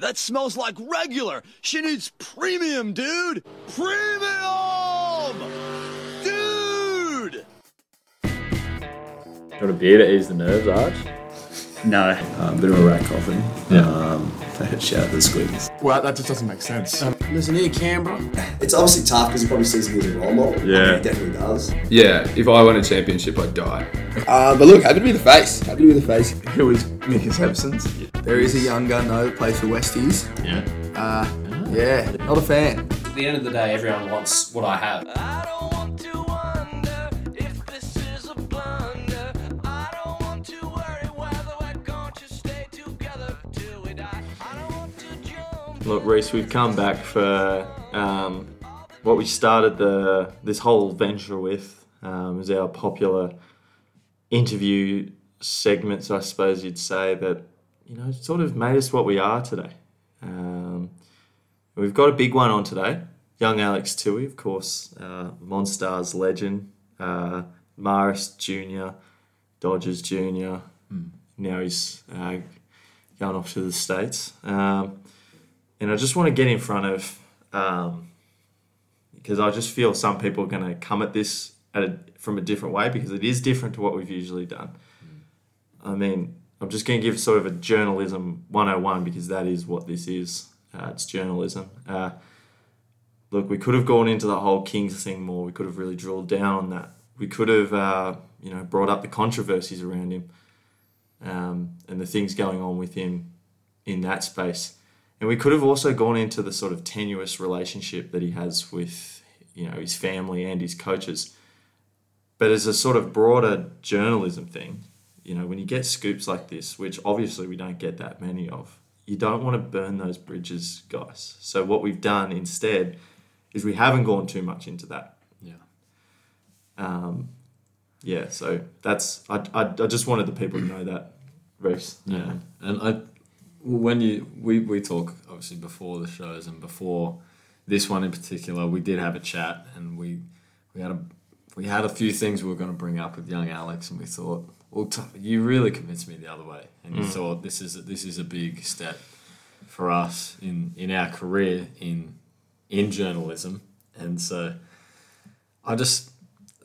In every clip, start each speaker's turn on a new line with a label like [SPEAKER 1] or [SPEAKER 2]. [SPEAKER 1] That smells like regular. She needs premium, dude. Premium! Dude!
[SPEAKER 2] Do you want a beer to ease the nerves, Arch?
[SPEAKER 3] No.
[SPEAKER 4] Uh,
[SPEAKER 5] Um, bit of a rat coughing.
[SPEAKER 2] Yeah.
[SPEAKER 5] Um, shout out to the squeakers.
[SPEAKER 6] Well, that just doesn't make sense.
[SPEAKER 7] Listen here, Canberra.
[SPEAKER 4] It's obviously tough because he probably sees me as a role model.
[SPEAKER 2] Yeah.
[SPEAKER 4] He definitely does.
[SPEAKER 8] Yeah, if I won a championship, I'd die.
[SPEAKER 9] Uh, but look, happy to be the face. Happy to be the face.
[SPEAKER 5] Who is Mingus Absence?
[SPEAKER 9] There is a young gun though, plays for Westies.
[SPEAKER 2] Yeah.
[SPEAKER 9] Uh, yeah, not a fan.
[SPEAKER 7] At the end of the day, everyone wants what I have.
[SPEAKER 2] Look, Reese, we've come back for um, what we started the this whole venture with um, is our popular interview segments, I suppose you'd say that you know sort of made us what we are today. Um, we've got a big one on today. Young Alex Tui, of course, uh, Monstars legend, uh, Maris Junior, Dodgers Junior. Now he's uh, going off to the states. Um, and I just want to get in front of um, because I just feel some people are going to come at this at a, from a different way because it is different to what we've usually done. I mean, I'm just going to give sort of a journalism 101 because that is what this is. Uh, it's journalism. Uh, look, we could have gone into the whole Kings thing more. We could have really drilled down on that. We could have, uh, you know, brought up the controversies around him um, and the things going on with him in that space. And we could have also gone into the sort of tenuous relationship that he has with, you know, his family and his coaches. But as a sort of broader journalism thing, you know, when you get scoops like this, which obviously we don't get that many of, you don't want to burn those bridges, guys. So what we've done instead is we haven't gone too much into that.
[SPEAKER 3] Yeah.
[SPEAKER 2] Um, yeah. So that's I, I, I just wanted the people to know that, Reese.
[SPEAKER 3] Yeah, and I when you we we talk obviously before the shows and before this one in particular, we did have a chat and we we had a we had a few things we were going to bring up with young Alex, and we thought, well, t- you really convinced me the other way, and you thought this is this is a big step for us in in our career in in journalism, and so I just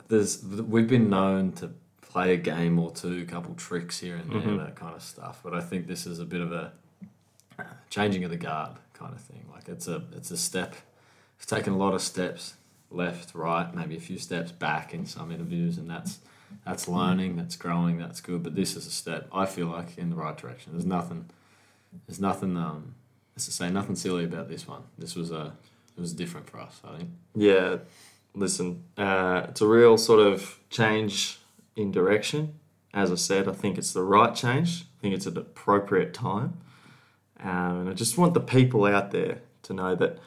[SPEAKER 3] there's we've been known to play a game or two, a couple tricks here and there, that kind of stuff. But I think this is a bit of a uh, changing of the guard kind of thing. Like it's a it's a step. It's taken a lot of steps left, right, maybe a few steps back in some interviews, and that's that's learning, that's growing, that's good. But this is a step I feel like in the right direction. There's nothing. There's nothing. Um, as I say, nothing silly about this one. This was a. It was different for us. I think.
[SPEAKER 2] yeah, listen, uh, it's a real sort of change in direction. As I said, I think it's the right change. I think it's an appropriate time. Um, and I just want the people out there to know that,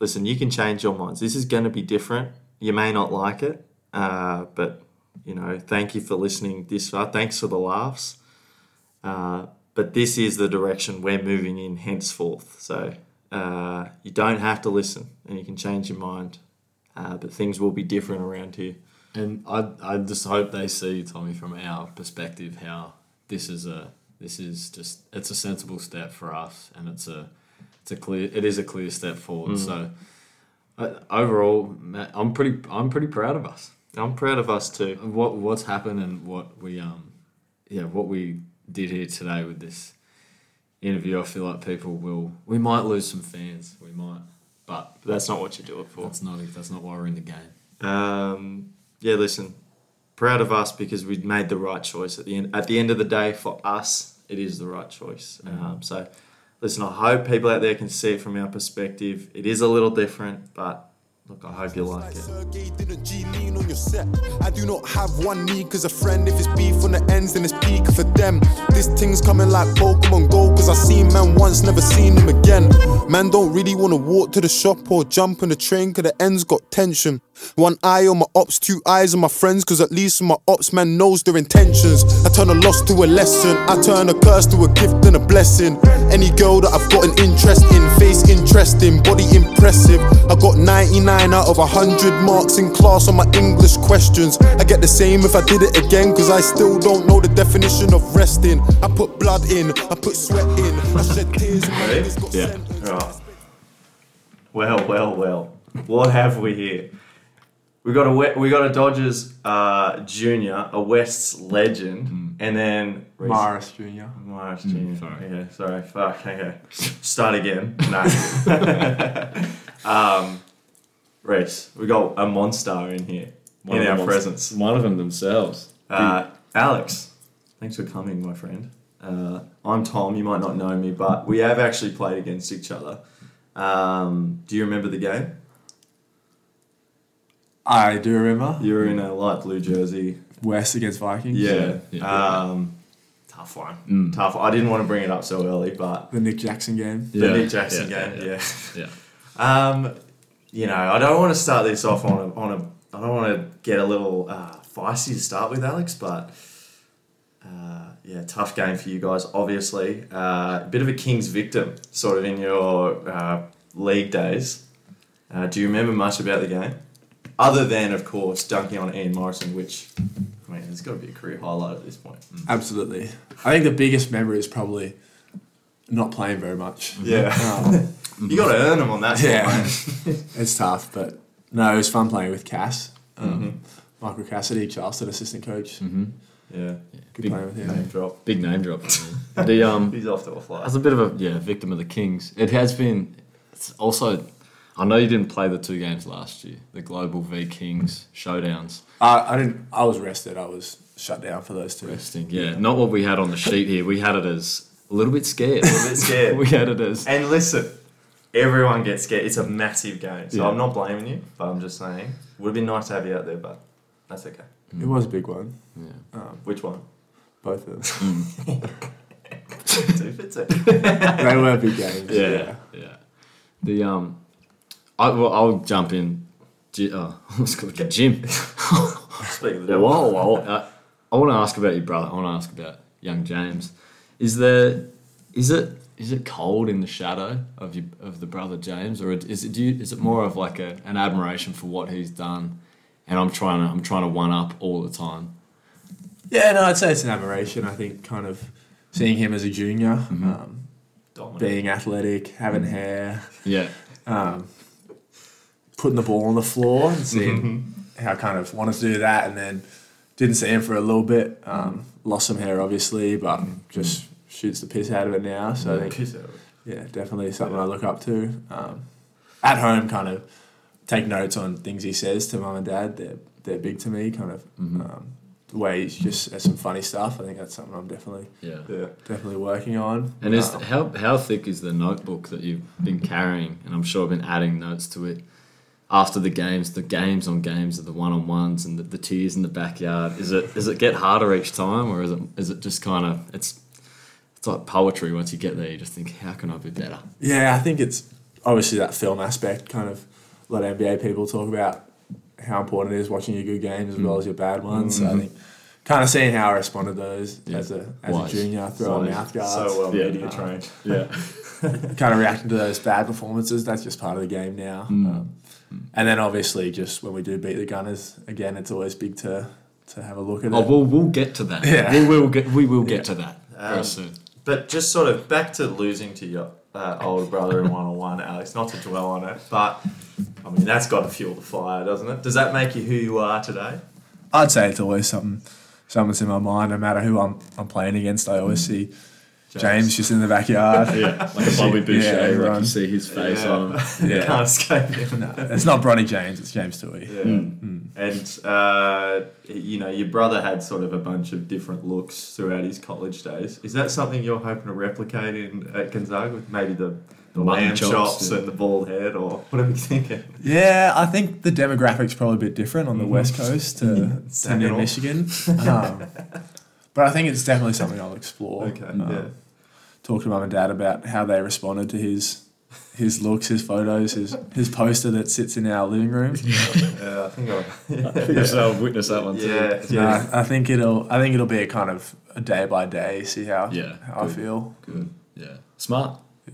[SPEAKER 2] listen, you can change your minds. This is going to be different. You may not like it, uh, but, you know, thank you for listening this far. Thanks for the laughs. Uh, but this is the direction we're moving in henceforth. So uh, you don't have to listen and you can change your mind. Uh, but things will be different around here.
[SPEAKER 3] And I, I just hope they see Tommy from our perspective how this is a this is just it's a sensible step for us and it's a it's a clear it is a clear step forward. So uh, overall, Matt, I'm pretty I'm pretty proud of us.
[SPEAKER 2] I'm proud of us too.
[SPEAKER 3] What what's happened and what we um yeah what we did here today with this interview. I feel like people will we might lose some fans. We might, but
[SPEAKER 2] But that's not what you do it for.
[SPEAKER 3] that's not that's not why we're in the game.
[SPEAKER 2] Um, yeah, listen, proud of us because we made the right choice at the end. At the end of the day, for us, it is the right choice. Um, so, listen, I hope people out there can see it from our perspective. It is a little different, but look, I hope you like it.
[SPEAKER 10] Sergey didn't G lean on your set. I do not have one need, cause a friend, if it's beef on the ends, then it's peak for them. This thing's coming like Pokemon Go, cause I seen man once, never seen him again. Man don't really wanna walk to the shop or jump on the train, cause the end's got tension. One eye on my ops, two eyes on my friends, cause at least my ops man knows their intentions. I turn a loss to a lesson, I turn a curse to a gift and a blessing. Any girl that I've got an interest in, face interest interesting, body impressive. I got 99 out of 100 marks in class on my English questions. I get the same if I did it again, cause I still don't know the definition of resting. I put blood in, I put sweat in, I shed tears. when my
[SPEAKER 2] Ready?
[SPEAKER 10] niggas got
[SPEAKER 3] Yeah.
[SPEAKER 10] sentenced.
[SPEAKER 2] Right. Well, well, well. What have we here? We got a we- we got a Dodgers uh, junior, a Wests legend, and then
[SPEAKER 3] Morris Jr.
[SPEAKER 2] Morris junior.
[SPEAKER 3] sorry.
[SPEAKER 2] Okay, sorry. Fuck. Okay. Start again. No. um, Reese, we got a monster in here in our presence.
[SPEAKER 3] One of them themselves.
[SPEAKER 2] Uh, Alex, thanks for coming, my friend. Uh, I'm Tom. You might not know me, but we have actually played against each other. Um, do you remember the game?
[SPEAKER 6] I do remember.
[SPEAKER 2] You were in a light blue jersey.
[SPEAKER 6] West against Vikings.
[SPEAKER 2] Yeah.
[SPEAKER 3] Yeah.
[SPEAKER 2] Um, tough one. Tough. I didn't want to bring it up so early, but
[SPEAKER 6] The Nick Jackson game.
[SPEAKER 2] the Nick Jackson game. Yeah.
[SPEAKER 3] Yeah.
[SPEAKER 2] Um, you know, I don't want to start this off on a on a. I don't want to get a little uh, feisty to start with, Alex, but uh, yeah, tough game for you guys. Obviously, uh, a bit of a king's victim, sort of in your uh, league days. Uh, do you remember much about the game, other than of course dunking on Ian Morrison, which I mean, it's got to be a career highlight at this point.
[SPEAKER 6] Absolutely. I think the biggest memory is probably not playing very much.
[SPEAKER 2] Yeah,
[SPEAKER 6] Um,
[SPEAKER 2] you got to earn them on that.
[SPEAKER 6] yeah. it's tough, but no, it was fun playing with Cass. Um, Michael Cassidy, Charleston assistant coach.
[SPEAKER 2] yeah.
[SPEAKER 6] Good
[SPEAKER 3] Big
[SPEAKER 6] playing with him.
[SPEAKER 2] Name drop.
[SPEAKER 3] Big name drop. the um,
[SPEAKER 2] He's off to a fly.
[SPEAKER 3] as a bit of a yeah victim of the Kings. It has been. It's also, I know you didn't play the two games last year, the Global v Kings showdowns.
[SPEAKER 6] I, I didn't. I was rested. I was shut down for those two.
[SPEAKER 3] Interesting. Yeah, not what we had on the sheet here. We had it as a little bit scared. a little
[SPEAKER 2] bit scared.
[SPEAKER 3] we had it as
[SPEAKER 2] And listen, everyone gets scared. It's a massive game. So
[SPEAKER 3] Yeah.
[SPEAKER 2] I'm not blaming you, but I'm just saying. Would have been nice to have you out there, but that's okay.
[SPEAKER 6] It was a big one.
[SPEAKER 2] Which one?
[SPEAKER 6] Both of them.
[SPEAKER 2] two for two.
[SPEAKER 6] they were big games.
[SPEAKER 3] yeah, yeah. The um, I well, I'll jump in. G- oh, I was called you Jim.
[SPEAKER 2] Speak of the
[SPEAKER 3] Yeah,
[SPEAKER 2] devil.
[SPEAKER 3] Whoa, whoa. Uh, I want to ask about your brother. I want to ask about young James. Is there, is it, is it cold in the shadow of your, of the brother James, or is it do you, is it more of like a, an admiration for what he's done, and I'm trying to I'm trying to one up all the time.
[SPEAKER 6] Yeah, no, I'd say it's an admiration. I think kind of seeing him as a junior, um,
[SPEAKER 2] Dominant.
[SPEAKER 6] being athletic, having hair,
[SPEAKER 3] Yeah,
[SPEAKER 6] um, putting the ball on the floor,
[SPEAKER 3] Mm-hmm.
[SPEAKER 6] and seeing how I kind of wanted to do that, and then didn't see him for a little bit. Um, lost some hair, obviously, but just shoots the piss out of it now. So I think,
[SPEAKER 2] Piss out of it.
[SPEAKER 3] Mm-hmm.
[SPEAKER 6] yeah, definitely something I look up to. Um, at home, kind of take notes on things he says to mum and dad. They're they're big to me, kind of.
[SPEAKER 3] Mm-hmm.
[SPEAKER 6] Um, the way he's just there's some funny stuff. I think that's something I'm definitely
[SPEAKER 3] yeah.
[SPEAKER 2] Yeah.
[SPEAKER 6] definitely working on.
[SPEAKER 3] And is
[SPEAKER 6] Um,
[SPEAKER 3] how how thick is the notebook that you've been carrying? And I'm sure I've been adding notes to it after the games, the games on games, of the one on ones, and the, the tears in the backyard. Is it is it get harder each time, or is it is it just kind of it's it's like poetry. Once you get there, you just think, how can I be better?
[SPEAKER 6] Yeah, I think it's obviously that film aspect. Kind of a lot of NBA people talk about how important it is watching your good games as
[SPEAKER 3] Mm.
[SPEAKER 6] well as your bad ones.
[SPEAKER 3] Mm-hmm.
[SPEAKER 6] So I think kind of seeing how I responded to those as a as
[SPEAKER 3] Wise.
[SPEAKER 6] a junior, throwing mouth guards,
[SPEAKER 2] So um, well
[SPEAKER 3] Yeah.
[SPEAKER 2] media trained.
[SPEAKER 3] Yeah,
[SPEAKER 6] kind of reacting to those bad performances. That's just part of the game now.
[SPEAKER 3] Mm.
[SPEAKER 6] Um, and then obviously, just when we do beat the Gunners again, it's always big to to have a look at
[SPEAKER 3] oh,
[SPEAKER 6] it.
[SPEAKER 3] we'll we'll get to that.
[SPEAKER 6] Yeah.
[SPEAKER 3] we will get we will get to that very
[SPEAKER 2] Um,
[SPEAKER 3] soon.
[SPEAKER 2] But just sort of back to losing to your uh, older brother in one on one, Alex. Not to dwell on it, but I mean that's got to fuel the fire, doesn't it? Does that make you who you are today?
[SPEAKER 6] I'd say it's always something something's in my mind, no matter who I'm I'm playing against. I
[SPEAKER 3] Mm.
[SPEAKER 6] always see James, just in the backyard.
[SPEAKER 3] Yeah, like a Bobby
[SPEAKER 6] Boucher, like you everyone.
[SPEAKER 3] see his face on.
[SPEAKER 6] Yeah.
[SPEAKER 2] Can't escape it.
[SPEAKER 6] No, it's not Bronny James, it's James Tui.
[SPEAKER 2] Yeah.
[SPEAKER 3] Mm.
[SPEAKER 2] And uh, you know, your brother had sort of a bunch of different looks throughout his college days. Is that something you're hoping to replicate in at Gonzaga with maybe the the
[SPEAKER 3] Mutton
[SPEAKER 2] lamb
[SPEAKER 3] chops
[SPEAKER 2] chops
[SPEAKER 3] and-
[SPEAKER 2] and the bald head, or what are we thinking?
[SPEAKER 6] Yeah, I think the demographic's probably a bit different on the West Coast to, to near
[SPEAKER 2] Saginaw.
[SPEAKER 6] Michigan. Um, but I think it's definitely something I'll explore.
[SPEAKER 2] Okay,
[SPEAKER 6] Um,
[SPEAKER 2] yeah.
[SPEAKER 6] Talk to mum and dad about how they responded to his his looks, his photos, his his poster that sits in our living room.
[SPEAKER 2] Yeah, I think I.
[SPEAKER 3] I'll witness that one
[SPEAKER 2] Yeah, yeah.
[SPEAKER 6] Yeah. Uh, I think it'll I think it'll be a kind of a day by day, see how
[SPEAKER 3] Yeah,
[SPEAKER 6] how I
[SPEAKER 3] good.
[SPEAKER 6] feel.
[SPEAKER 3] Good. Yeah. Smart.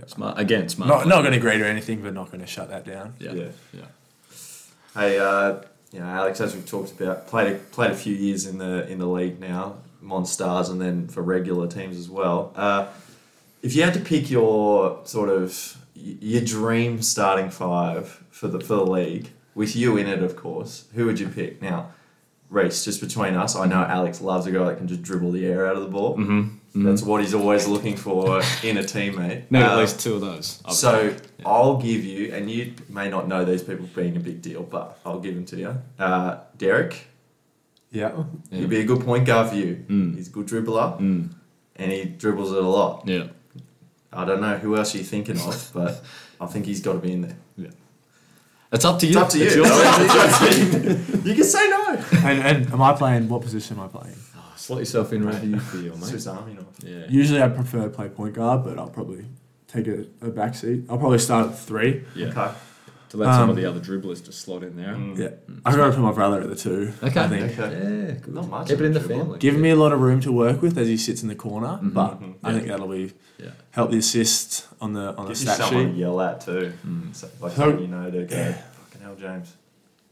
[SPEAKER 3] Smart again, smart.
[SPEAKER 6] Not, not going to grade or anything, but not going to shut that down.
[SPEAKER 3] Yeah.
[SPEAKER 2] Yeah.
[SPEAKER 3] yeah.
[SPEAKER 2] Hey, uh, you know, Alex, as we've talked about, played a, played a few years in the in the league now, Monstars, and then for regular teams as well. Uh, if you had to pick your sort of y- your dream starting five for the for the league, with you in it, of course, who would you pick? Now, race just between us. I know Alex loves a guy that can just dribble the air out of the ball. Mm-hmm. That's what he's always looking for in a teammate.
[SPEAKER 3] No, at
[SPEAKER 2] Uh,
[SPEAKER 3] least two of those. I've-
[SPEAKER 2] so I'll give you, and you may not know these people being a big deal, but I'll give them to you. Uh, Derek,
[SPEAKER 6] Yeah.
[SPEAKER 2] he'd be a good point guard for you. He's a good dribbler, and he dribbles it a lot.
[SPEAKER 3] yeah,
[SPEAKER 2] I don't know who else you're thinking of, but I think he's got to be in there.
[SPEAKER 3] it's up to you.
[SPEAKER 2] It's up to you.
[SPEAKER 3] your team.
[SPEAKER 2] you can say no.
[SPEAKER 6] And, and am I playing? What position am I playing?
[SPEAKER 3] Slot yourself in wherever you feel, mate.
[SPEAKER 2] Swiss Army knife.
[SPEAKER 3] Yeah.
[SPEAKER 6] Usually, I prefer to play point guard, but I'll probably take a, a back seat. I'll probably start at three.
[SPEAKER 3] Yeah.
[SPEAKER 2] Okay.
[SPEAKER 3] To let some
[SPEAKER 6] Um,
[SPEAKER 3] of the other dribblers just slot in there.
[SPEAKER 6] Yeah, I've got to put my brother at the two.
[SPEAKER 3] Okay.
[SPEAKER 6] I think.
[SPEAKER 2] Okay.
[SPEAKER 3] Yeah, good.
[SPEAKER 2] Not much
[SPEAKER 3] Keep it in the
[SPEAKER 2] of a dribble.
[SPEAKER 3] family.
[SPEAKER 6] Giving me a lot of room to work with as he sits in the corner, but I
[SPEAKER 3] Mm-hmm. Yeah.
[SPEAKER 6] think that'll be
[SPEAKER 3] Yeah.
[SPEAKER 6] help the assist on the on the
[SPEAKER 2] Gives you
[SPEAKER 6] stat
[SPEAKER 2] someone to
[SPEAKER 6] sheet.
[SPEAKER 2] yell at too. So, like
[SPEAKER 6] So-
[SPEAKER 2] you know to go. Fucking hell, James.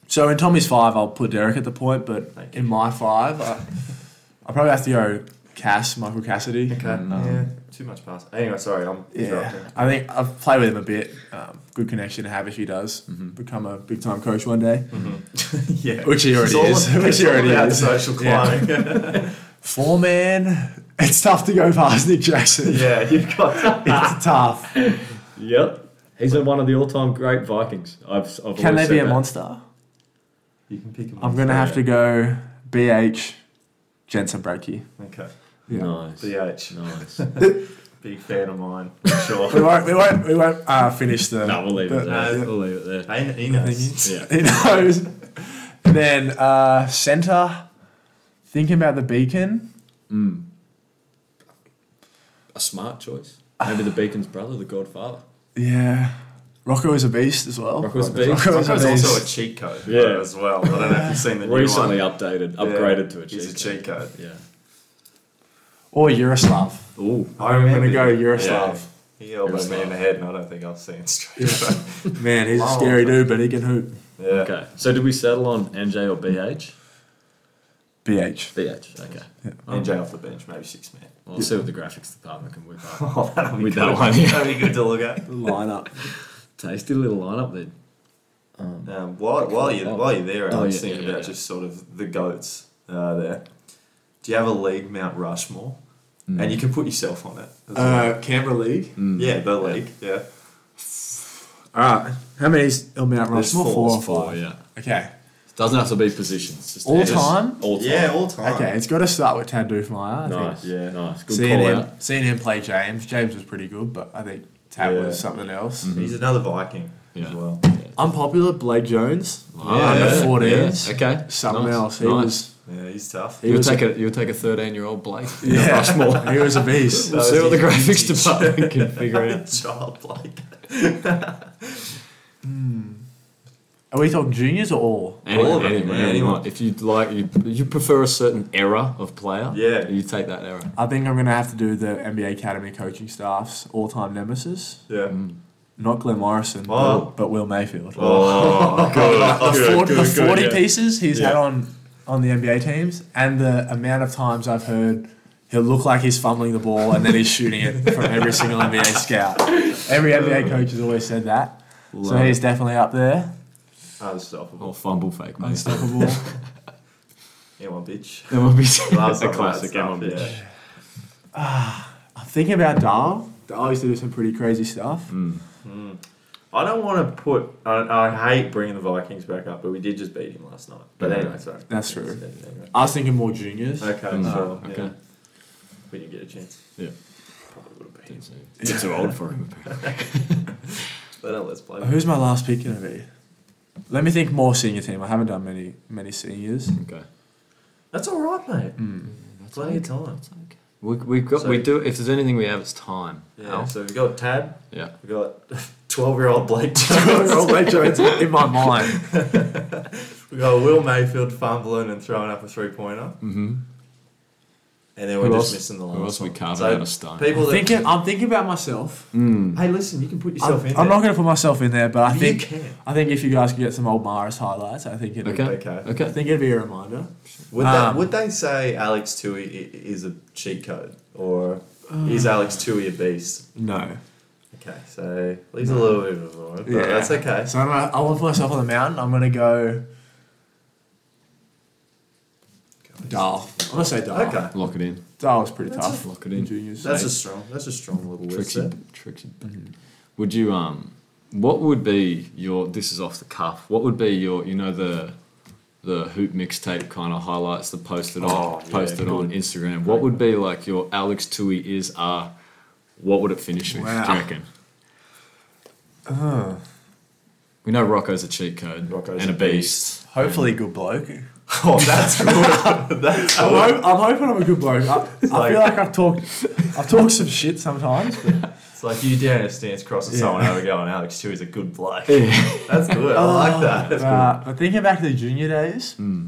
[SPEAKER 6] So in Tommy's five, I'll put Derek at the point, but
[SPEAKER 2] Thank you.
[SPEAKER 6] in my five, I, I probably have to go Cass, Michael Cassidy.
[SPEAKER 2] Okay.
[SPEAKER 3] Mm-hmm.
[SPEAKER 2] yeah. Too much pass. Anyway, sorry, I'm interrupting.
[SPEAKER 6] Yeah, I think I've played with him a bit. Um, good connection to have if he does
[SPEAKER 3] Mm-hmm.
[SPEAKER 6] become a big time coach one day,
[SPEAKER 2] Mm-hmm. yeah.
[SPEAKER 6] which he
[SPEAKER 2] It's
[SPEAKER 6] already
[SPEAKER 2] all-
[SPEAKER 6] is.
[SPEAKER 2] it's
[SPEAKER 6] Which he
[SPEAKER 2] all
[SPEAKER 6] already
[SPEAKER 2] about
[SPEAKER 6] is.
[SPEAKER 2] Social
[SPEAKER 6] Yeah.
[SPEAKER 2] climbing.
[SPEAKER 6] Four man, it's tough to go past Nick Jackson.
[SPEAKER 2] Yeah, you've got.
[SPEAKER 6] It's tough.
[SPEAKER 3] Yep. He's one of the all-time great Vikings. I've, I've
[SPEAKER 6] Can they
[SPEAKER 3] always
[SPEAKER 6] be
[SPEAKER 3] said
[SPEAKER 6] a
[SPEAKER 3] that.
[SPEAKER 6] monster?
[SPEAKER 2] you can pick them.
[SPEAKER 6] I'm gonna have to go BH Jensen Brakey.
[SPEAKER 2] Okay.
[SPEAKER 6] Yeah.
[SPEAKER 3] Nice.
[SPEAKER 2] BH,
[SPEAKER 3] Nice.
[SPEAKER 2] big fan of mine, for
[SPEAKER 6] We
[SPEAKER 2] sure.
[SPEAKER 6] won't, we won't, we won't uh, finish the.
[SPEAKER 3] no, we'll leave it
[SPEAKER 6] the-
[SPEAKER 3] there.
[SPEAKER 2] No.
[SPEAKER 3] We'll leave it there.
[SPEAKER 2] Hey, he knows.
[SPEAKER 6] Thingy.
[SPEAKER 3] Yeah.
[SPEAKER 6] He knows. And then uh, center, thinking about the beacon.
[SPEAKER 3] A smart choice. Maybe the Beacon's brother, the Godfather.
[SPEAKER 6] Yeah. Rocco is a beast as well.
[SPEAKER 3] Rocco's a beast.
[SPEAKER 2] Rocco's
[SPEAKER 6] Rocco's a beast.
[SPEAKER 2] also a cheat code
[SPEAKER 3] Yeah.
[SPEAKER 2] as well. I don't know if you've seen the new
[SPEAKER 3] Recently
[SPEAKER 2] one.
[SPEAKER 3] updated,
[SPEAKER 2] Yeah.
[SPEAKER 3] upgraded to a cheat.
[SPEAKER 2] He's a cheat code.
[SPEAKER 3] Yeah.
[SPEAKER 6] Or Yaroslav.
[SPEAKER 3] Ooh.
[SPEAKER 6] I'm going to go
[SPEAKER 2] Yeah.
[SPEAKER 6] Yaroslav.
[SPEAKER 2] He elbowed me in the head, and I don't think I'll see him straight. Yeah.
[SPEAKER 6] Man, he's a
[SPEAKER 2] Wow.
[SPEAKER 6] scary dude, but he can hoop.
[SPEAKER 2] yeah.
[SPEAKER 3] Okay. So did we settle on NJ or BH?
[SPEAKER 6] BH.
[SPEAKER 3] BH. Okay.
[SPEAKER 2] NJ off the bench, maybe six man.
[SPEAKER 3] Well, I'll see what the graphics department can whip up.
[SPEAKER 2] Oh, that'll be
[SPEAKER 3] With
[SPEAKER 2] good.
[SPEAKER 3] that one, yeah.
[SPEAKER 2] That'll be good to look at.
[SPEAKER 6] Lineup.
[SPEAKER 3] Tasty little lineup there.
[SPEAKER 2] Um, while, while you while you're there,
[SPEAKER 3] Oh,
[SPEAKER 2] I was
[SPEAKER 3] yeah,
[SPEAKER 2] thinking
[SPEAKER 3] yeah,
[SPEAKER 2] about
[SPEAKER 3] yeah.
[SPEAKER 2] just sort of the goats uh, there. Do you have a league Mount Rushmore?
[SPEAKER 3] Mm.
[SPEAKER 2] And you can put yourself on it. as well.
[SPEAKER 6] Uh, Canberra League.
[SPEAKER 3] Um,
[SPEAKER 2] yeah, the league. Yeah.
[SPEAKER 6] All right. How many is El Mount
[SPEAKER 2] There's
[SPEAKER 6] Rushmore?
[SPEAKER 2] four,
[SPEAKER 6] Four or
[SPEAKER 3] Four, Oh,
[SPEAKER 6] five?
[SPEAKER 3] yeah.
[SPEAKER 6] Okay.
[SPEAKER 3] Doesn't have to be positions. Just
[SPEAKER 6] All
[SPEAKER 3] just
[SPEAKER 6] time?
[SPEAKER 3] All time.
[SPEAKER 2] Yeah, all time.
[SPEAKER 6] Okay, it's got to start with Tad Doofmeyer. I
[SPEAKER 3] Nice.
[SPEAKER 6] Think.
[SPEAKER 3] Yeah. Nice. Good
[SPEAKER 6] Seeing
[SPEAKER 3] call
[SPEAKER 6] him,
[SPEAKER 3] out.
[SPEAKER 6] seeing him play James, James was pretty good, but I think Tad
[SPEAKER 2] Yeah.
[SPEAKER 6] was something else.
[SPEAKER 3] Mm-hmm.
[SPEAKER 2] He's another Viking
[SPEAKER 3] Yeah.
[SPEAKER 2] as well.
[SPEAKER 6] Unpopular, Blake Jones.
[SPEAKER 3] Ah,
[SPEAKER 6] under
[SPEAKER 3] yeah,
[SPEAKER 6] 14s.
[SPEAKER 3] yeah. Okay.
[SPEAKER 6] Something
[SPEAKER 3] Nice,
[SPEAKER 6] else. He
[SPEAKER 3] nice.
[SPEAKER 6] was.
[SPEAKER 2] Yeah, he's tough.
[SPEAKER 6] He
[SPEAKER 3] You'll
[SPEAKER 6] was
[SPEAKER 3] take a you'll take a thirteen year old Blake.
[SPEAKER 6] Yeah.
[SPEAKER 3] Rushmore.
[SPEAKER 6] He was a beast.
[SPEAKER 2] That was
[SPEAKER 3] See what the
[SPEAKER 2] his
[SPEAKER 3] graphics
[SPEAKER 2] vintage.
[SPEAKER 3] department can figure out.
[SPEAKER 2] Child Blake.
[SPEAKER 6] Are we talking juniors or all?
[SPEAKER 3] Anyone,
[SPEAKER 2] All of them,
[SPEAKER 3] anyone,
[SPEAKER 2] yeah,
[SPEAKER 3] anyone.
[SPEAKER 2] anyone.
[SPEAKER 3] If you like, you, you prefer a certain era of player.
[SPEAKER 2] Yeah.
[SPEAKER 3] You take that era.
[SPEAKER 6] I think I'm going to have to do the NBA Academy coaching staff's all time nemesis.
[SPEAKER 2] Yeah.
[SPEAKER 3] Mm.
[SPEAKER 6] Not Glenn Morrison,
[SPEAKER 2] Oh.
[SPEAKER 6] but, but Will Mayfield.
[SPEAKER 2] Oh,
[SPEAKER 6] the
[SPEAKER 2] good. good,
[SPEAKER 6] 40,
[SPEAKER 2] good,
[SPEAKER 6] the
[SPEAKER 2] good,
[SPEAKER 6] 40
[SPEAKER 2] yeah.
[SPEAKER 6] pieces he's had
[SPEAKER 2] Yeah.
[SPEAKER 6] on, on the NBA teams and the amount of times I've heard he'll look like he's fumbling the ball and then he's shooting it from every single NBA scout. Every
[SPEAKER 2] Oh.
[SPEAKER 6] NBA coach has always said that. so
[SPEAKER 3] Love
[SPEAKER 6] he's definitely up there.
[SPEAKER 2] Unstoppable.
[SPEAKER 3] Or fumble fake, mate.
[SPEAKER 6] Unstoppable.
[SPEAKER 2] Yeah, one bitch.
[SPEAKER 3] That would be
[SPEAKER 2] Loves
[SPEAKER 3] a
[SPEAKER 2] all that
[SPEAKER 3] classic
[SPEAKER 2] stuff,
[SPEAKER 3] M1 bitch.
[SPEAKER 2] yeah.
[SPEAKER 6] I'm thinking about Dahl. Dahl used to do some pretty crazy stuff.
[SPEAKER 2] Mm. I don't want to put. I, I hate bringing the Vikings back up, but we did just beat him last night. But anyway, sorry.
[SPEAKER 6] That's true.
[SPEAKER 2] Anyway.
[SPEAKER 6] I was thinking more juniors.
[SPEAKER 2] Okay,
[SPEAKER 3] Mm.
[SPEAKER 2] sure.
[SPEAKER 3] Okay.
[SPEAKER 2] Yeah. We didn't get a chance.
[SPEAKER 3] Yeah.
[SPEAKER 2] Probably would have been.
[SPEAKER 3] It's, it's too old for him. apparently.
[SPEAKER 2] But no, let's play.
[SPEAKER 6] Who's my last pick going to be? Let me think more senior team. I haven't done many many seniors.
[SPEAKER 3] Okay.
[SPEAKER 2] That's all right, mate.
[SPEAKER 3] Hmm.
[SPEAKER 2] Plenty of time.
[SPEAKER 3] We, we've got,
[SPEAKER 2] So-
[SPEAKER 3] we do, if there's anything we have, it's time.
[SPEAKER 2] Yeah.
[SPEAKER 3] Al.
[SPEAKER 2] So we've got Tad.
[SPEAKER 3] Yeah.
[SPEAKER 2] We've got twelve-year-old Blake.
[SPEAKER 6] Earl Blake Jones in my mind.
[SPEAKER 2] We've got Will Mayfield fumbling and throwing up a three pointer. Mm-hmm. and then we're
[SPEAKER 3] Who
[SPEAKER 2] just
[SPEAKER 3] else-
[SPEAKER 2] missing the
[SPEAKER 3] who
[SPEAKER 2] last
[SPEAKER 3] else we
[SPEAKER 2] one.
[SPEAKER 3] carving
[SPEAKER 2] So
[SPEAKER 3] out of stone? Hmm.
[SPEAKER 2] People
[SPEAKER 6] I'm
[SPEAKER 2] that
[SPEAKER 6] thinking, I'm thinking about myself.
[SPEAKER 2] hey, listen, you can put
[SPEAKER 6] I'm,
[SPEAKER 2] yourself in.
[SPEAKER 6] Mm. I'm
[SPEAKER 2] there.
[SPEAKER 6] not going to put myself in there, but I
[SPEAKER 2] You
[SPEAKER 6] think
[SPEAKER 2] can.
[SPEAKER 6] I think if you guys could get some old Maris highlights, I think it'd,
[SPEAKER 3] Okay.
[SPEAKER 2] Okay.
[SPEAKER 6] I
[SPEAKER 3] Okay.
[SPEAKER 6] think it'd be a reminder.
[SPEAKER 2] Would,
[SPEAKER 6] Um,
[SPEAKER 2] they, would they say Alex Tui i- is a cheat code or is Alex Tui a beast?
[SPEAKER 6] No.
[SPEAKER 2] Okay, so leaves a little bit of a void, but
[SPEAKER 6] Yeah.
[SPEAKER 2] that's okay.
[SPEAKER 6] So I'm gonna, I love myself on the mountain. I'm gonna go. Dahl. I'm gonna say Dahl.
[SPEAKER 2] Okay,
[SPEAKER 3] Lock it in.
[SPEAKER 6] Dahl was pretty tough. Mm.
[SPEAKER 3] Lock it in.
[SPEAKER 6] Juniors.
[SPEAKER 2] that's a strong, that's a strong little list
[SPEAKER 3] Trixie,
[SPEAKER 2] there.
[SPEAKER 3] Trixie. Bane. Would you um? What would be your? This is off the cuff. What would be your? You know the, the hoop mixtape kind of highlights the posted
[SPEAKER 2] Oh,
[SPEAKER 3] on
[SPEAKER 2] yeah,
[SPEAKER 3] posted on
[SPEAKER 2] good.
[SPEAKER 3] Instagram. What would be like your Alex Tui is are? What would it finish with? Do
[SPEAKER 6] Wow.
[SPEAKER 3] you reckon? We know Rocco's a cheat code
[SPEAKER 2] Rocco's
[SPEAKER 3] and a
[SPEAKER 2] a beast.
[SPEAKER 3] beast.
[SPEAKER 6] Hopefully, a good bloke. I'm,
[SPEAKER 2] Oh, that's good. that's good.
[SPEAKER 6] ho- I'm hoping I'm a good bloke. I, I feel like I've talked, I've talked some shit sometimes. But
[SPEAKER 2] It's like you down a stance crossing someone over going, Alex Tui's a good bloke. That's good. I
[SPEAKER 3] Oh.
[SPEAKER 2] like that. That's
[SPEAKER 6] uh, but thinking back to the junior days,
[SPEAKER 3] Hmm.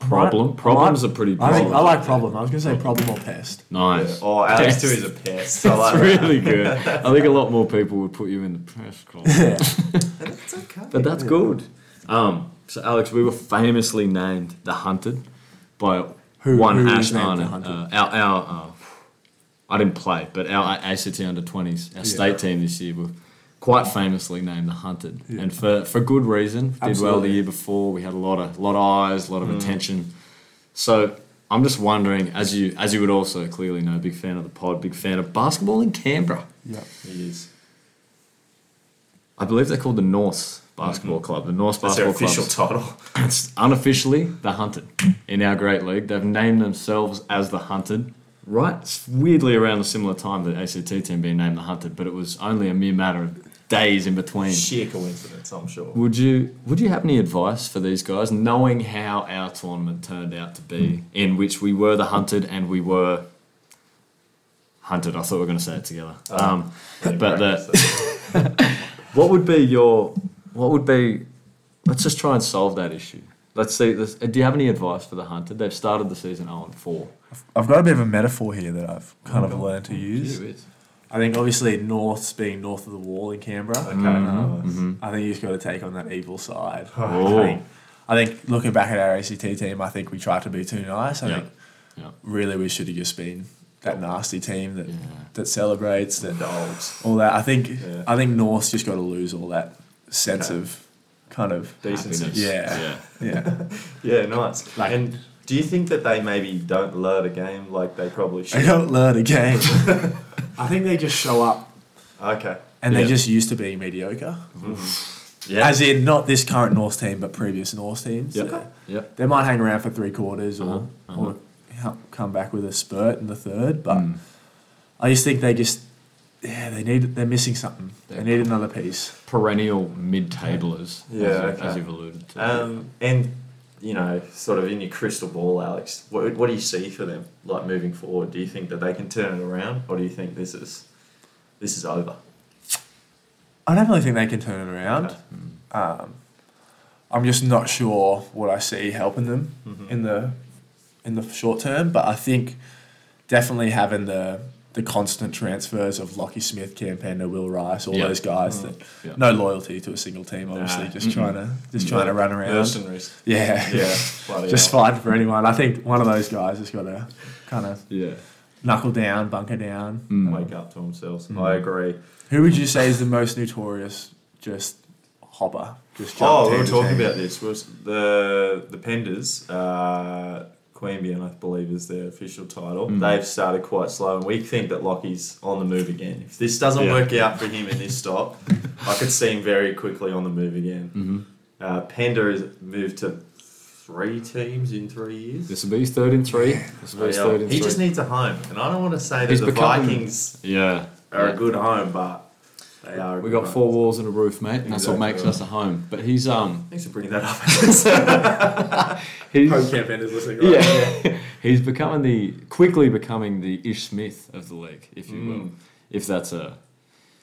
[SPEAKER 3] Problem.
[SPEAKER 6] Right.
[SPEAKER 3] Problems
[SPEAKER 6] I like-
[SPEAKER 3] are pretty.
[SPEAKER 6] I, think, I
[SPEAKER 3] broad.
[SPEAKER 6] like problem. I was gonna say problem or pest.
[SPEAKER 3] Nice.
[SPEAKER 2] good. Oh, Alex
[SPEAKER 3] Yes.
[SPEAKER 2] Tui's a pest. I like
[SPEAKER 3] That's
[SPEAKER 2] that.
[SPEAKER 3] really good. I think a lot more people would put you in the press column.
[SPEAKER 2] It's okay.
[SPEAKER 3] But that's good. Um, so Alex, we were famously named the Hunted by
[SPEAKER 6] Who-
[SPEAKER 3] one
[SPEAKER 6] who
[SPEAKER 3] Ash
[SPEAKER 6] was named The
[SPEAKER 3] Arnott. Uh,
[SPEAKER 6] Hunted?
[SPEAKER 3] our our uh, I didn't play, but our ACT under twenties, our state team this year were quite famously named the Hunted, and for, for good reason. Did well the
[SPEAKER 6] Absolutely. Mm.
[SPEAKER 3] year before. We had a lot of lot of eyes, a lot of attention. So I'm just wondering, as you as you would also clearly know, big fan of the pod, big fan of basketball in Canberra.
[SPEAKER 6] Yeah.
[SPEAKER 2] He is.
[SPEAKER 3] I believe they're called the Norse Basketball Club. The Norse
[SPEAKER 2] Mm-hmm. That's their
[SPEAKER 3] Basketball
[SPEAKER 2] official
[SPEAKER 3] Club.
[SPEAKER 2] title.
[SPEAKER 3] It's unofficially the Hunted in our great league. They've named themselves as the Hunted, right? It's weirdly around a similar time that ACT team being named the Hunted, but it was only a mere matter of days in between.
[SPEAKER 2] Sheer coincidence, I'm sure.
[SPEAKER 3] Would you would you have any advice for these guys, knowing how our tournament turned out to
[SPEAKER 2] Mm.
[SPEAKER 3] be, in which we were the hunted and we were hunted? I thought we were going to say it together.
[SPEAKER 2] Oh.
[SPEAKER 3] Um, but the, what would be your what would be let's just try and solve that issue let's see this, do you have any advice for the hunted they've started the season 0 and 4
[SPEAKER 6] I've got a bit of a metaphor here that I've kind of learned to use.
[SPEAKER 3] is.
[SPEAKER 6] I think obviously north's being north of the wall in Canberra.
[SPEAKER 2] Okay,
[SPEAKER 3] Uh-huh.
[SPEAKER 2] nice.
[SPEAKER 3] Mm-hmm.
[SPEAKER 6] I think you just got to take on that evil side.
[SPEAKER 3] Oh.
[SPEAKER 6] I, think, I think looking back at our ACT team, I think we tried to be too nice. I
[SPEAKER 3] Yeah.
[SPEAKER 6] think
[SPEAKER 3] Yeah.
[SPEAKER 6] really we should have just been that nasty team that
[SPEAKER 3] Yeah.
[SPEAKER 6] that celebrates that
[SPEAKER 2] The olds.
[SPEAKER 6] all that. I think
[SPEAKER 2] Yeah.
[SPEAKER 6] I think North's just got to lose all that sense of kind of
[SPEAKER 2] Decency.
[SPEAKER 3] Happiness.
[SPEAKER 6] Yeah.
[SPEAKER 3] yeah
[SPEAKER 6] yeah.
[SPEAKER 2] Yeah, nice.
[SPEAKER 6] Like-
[SPEAKER 2] and do you think that they maybe don't learn a game like they probably
[SPEAKER 6] they
[SPEAKER 2] should?
[SPEAKER 6] don't learn a game. I think they just show up
[SPEAKER 2] Okay.
[SPEAKER 6] and
[SPEAKER 3] Yeah.
[SPEAKER 6] they're just used to being mediocre.
[SPEAKER 2] Mm-hmm. Yeah.
[SPEAKER 6] As in not this current North team, but previous North teams.
[SPEAKER 3] Yep. Yep.
[SPEAKER 6] They might hang around for three quarters or, or help come back with a spurt in the third, but I just think they just yeah they need they're missing something. They need another piece.
[SPEAKER 3] perennial mid-tablers
[SPEAKER 2] Yeah,
[SPEAKER 3] as, you-
[SPEAKER 2] okay.
[SPEAKER 3] as you've alluded to
[SPEAKER 2] Um, and you know, sort of in your crystal ball, Alex, what, what do you see for them like moving forward? Do you think that they can turn it around, or do you think this is this is over?
[SPEAKER 6] I don't really think they can turn it around.
[SPEAKER 2] Okay.
[SPEAKER 6] Um, I'm just not sure what I see helping them
[SPEAKER 2] Mm-hmm.
[SPEAKER 6] in the in the short term, but I think definitely having the the constant transfers of Lockie Smith, Campana, Will Rice, all
[SPEAKER 3] Yeah.
[SPEAKER 6] those guys
[SPEAKER 2] Mm-hmm.
[SPEAKER 6] that
[SPEAKER 3] Yeah.
[SPEAKER 6] no loyalty to a single team, obviously, just trying to just trying to run around.
[SPEAKER 2] Mercenaries.
[SPEAKER 6] Yeah,
[SPEAKER 2] Yeah. bloody
[SPEAKER 6] just
[SPEAKER 2] hell.
[SPEAKER 6] fighting for anyone. I think one of those guys has got to kind of
[SPEAKER 3] yeah
[SPEAKER 6] knuckle down, bunker down.
[SPEAKER 3] Mm.
[SPEAKER 2] Wake up to themselves. I agree.
[SPEAKER 6] Who would you say is the most notorious? Just hopper. Just jump
[SPEAKER 2] Oh, we
[SPEAKER 6] team
[SPEAKER 2] were
[SPEAKER 6] to
[SPEAKER 2] talking
[SPEAKER 6] team.
[SPEAKER 2] about this. Was the the Penders, uh, Queanbeyan, I believe, is their official title.
[SPEAKER 3] Mm.
[SPEAKER 2] They've started quite slow, and we think that Lockie's on the move again. If this doesn't
[SPEAKER 3] Yeah.
[SPEAKER 2] work out for him in this stop, I could see him very quickly on the move again.
[SPEAKER 3] Mm-hmm.
[SPEAKER 2] Uh, Pender has moved to three teams in three years.
[SPEAKER 3] this will be his third in three this will be his third in
[SPEAKER 2] he
[SPEAKER 3] three
[SPEAKER 2] just needs a home, and I don't want to say that
[SPEAKER 3] He's
[SPEAKER 2] the
[SPEAKER 3] becoming-
[SPEAKER 2] Vikings
[SPEAKER 3] yeah
[SPEAKER 2] are
[SPEAKER 3] Yeah.
[SPEAKER 2] a good home, but they are. A
[SPEAKER 3] we
[SPEAKER 2] good
[SPEAKER 3] got
[SPEAKER 2] home.
[SPEAKER 3] four walls and a roof mate and that's what
[SPEAKER 2] Exactly
[SPEAKER 3] makes
[SPEAKER 2] right.
[SPEAKER 3] us a home but he's um
[SPEAKER 2] Thanks for bringing that up.
[SPEAKER 3] he's
[SPEAKER 6] Campaign is listening.
[SPEAKER 3] yeah. He's becoming the quickly becoming the Ish Smith of the league, if
[SPEAKER 2] Mm.
[SPEAKER 3] you will. If that's a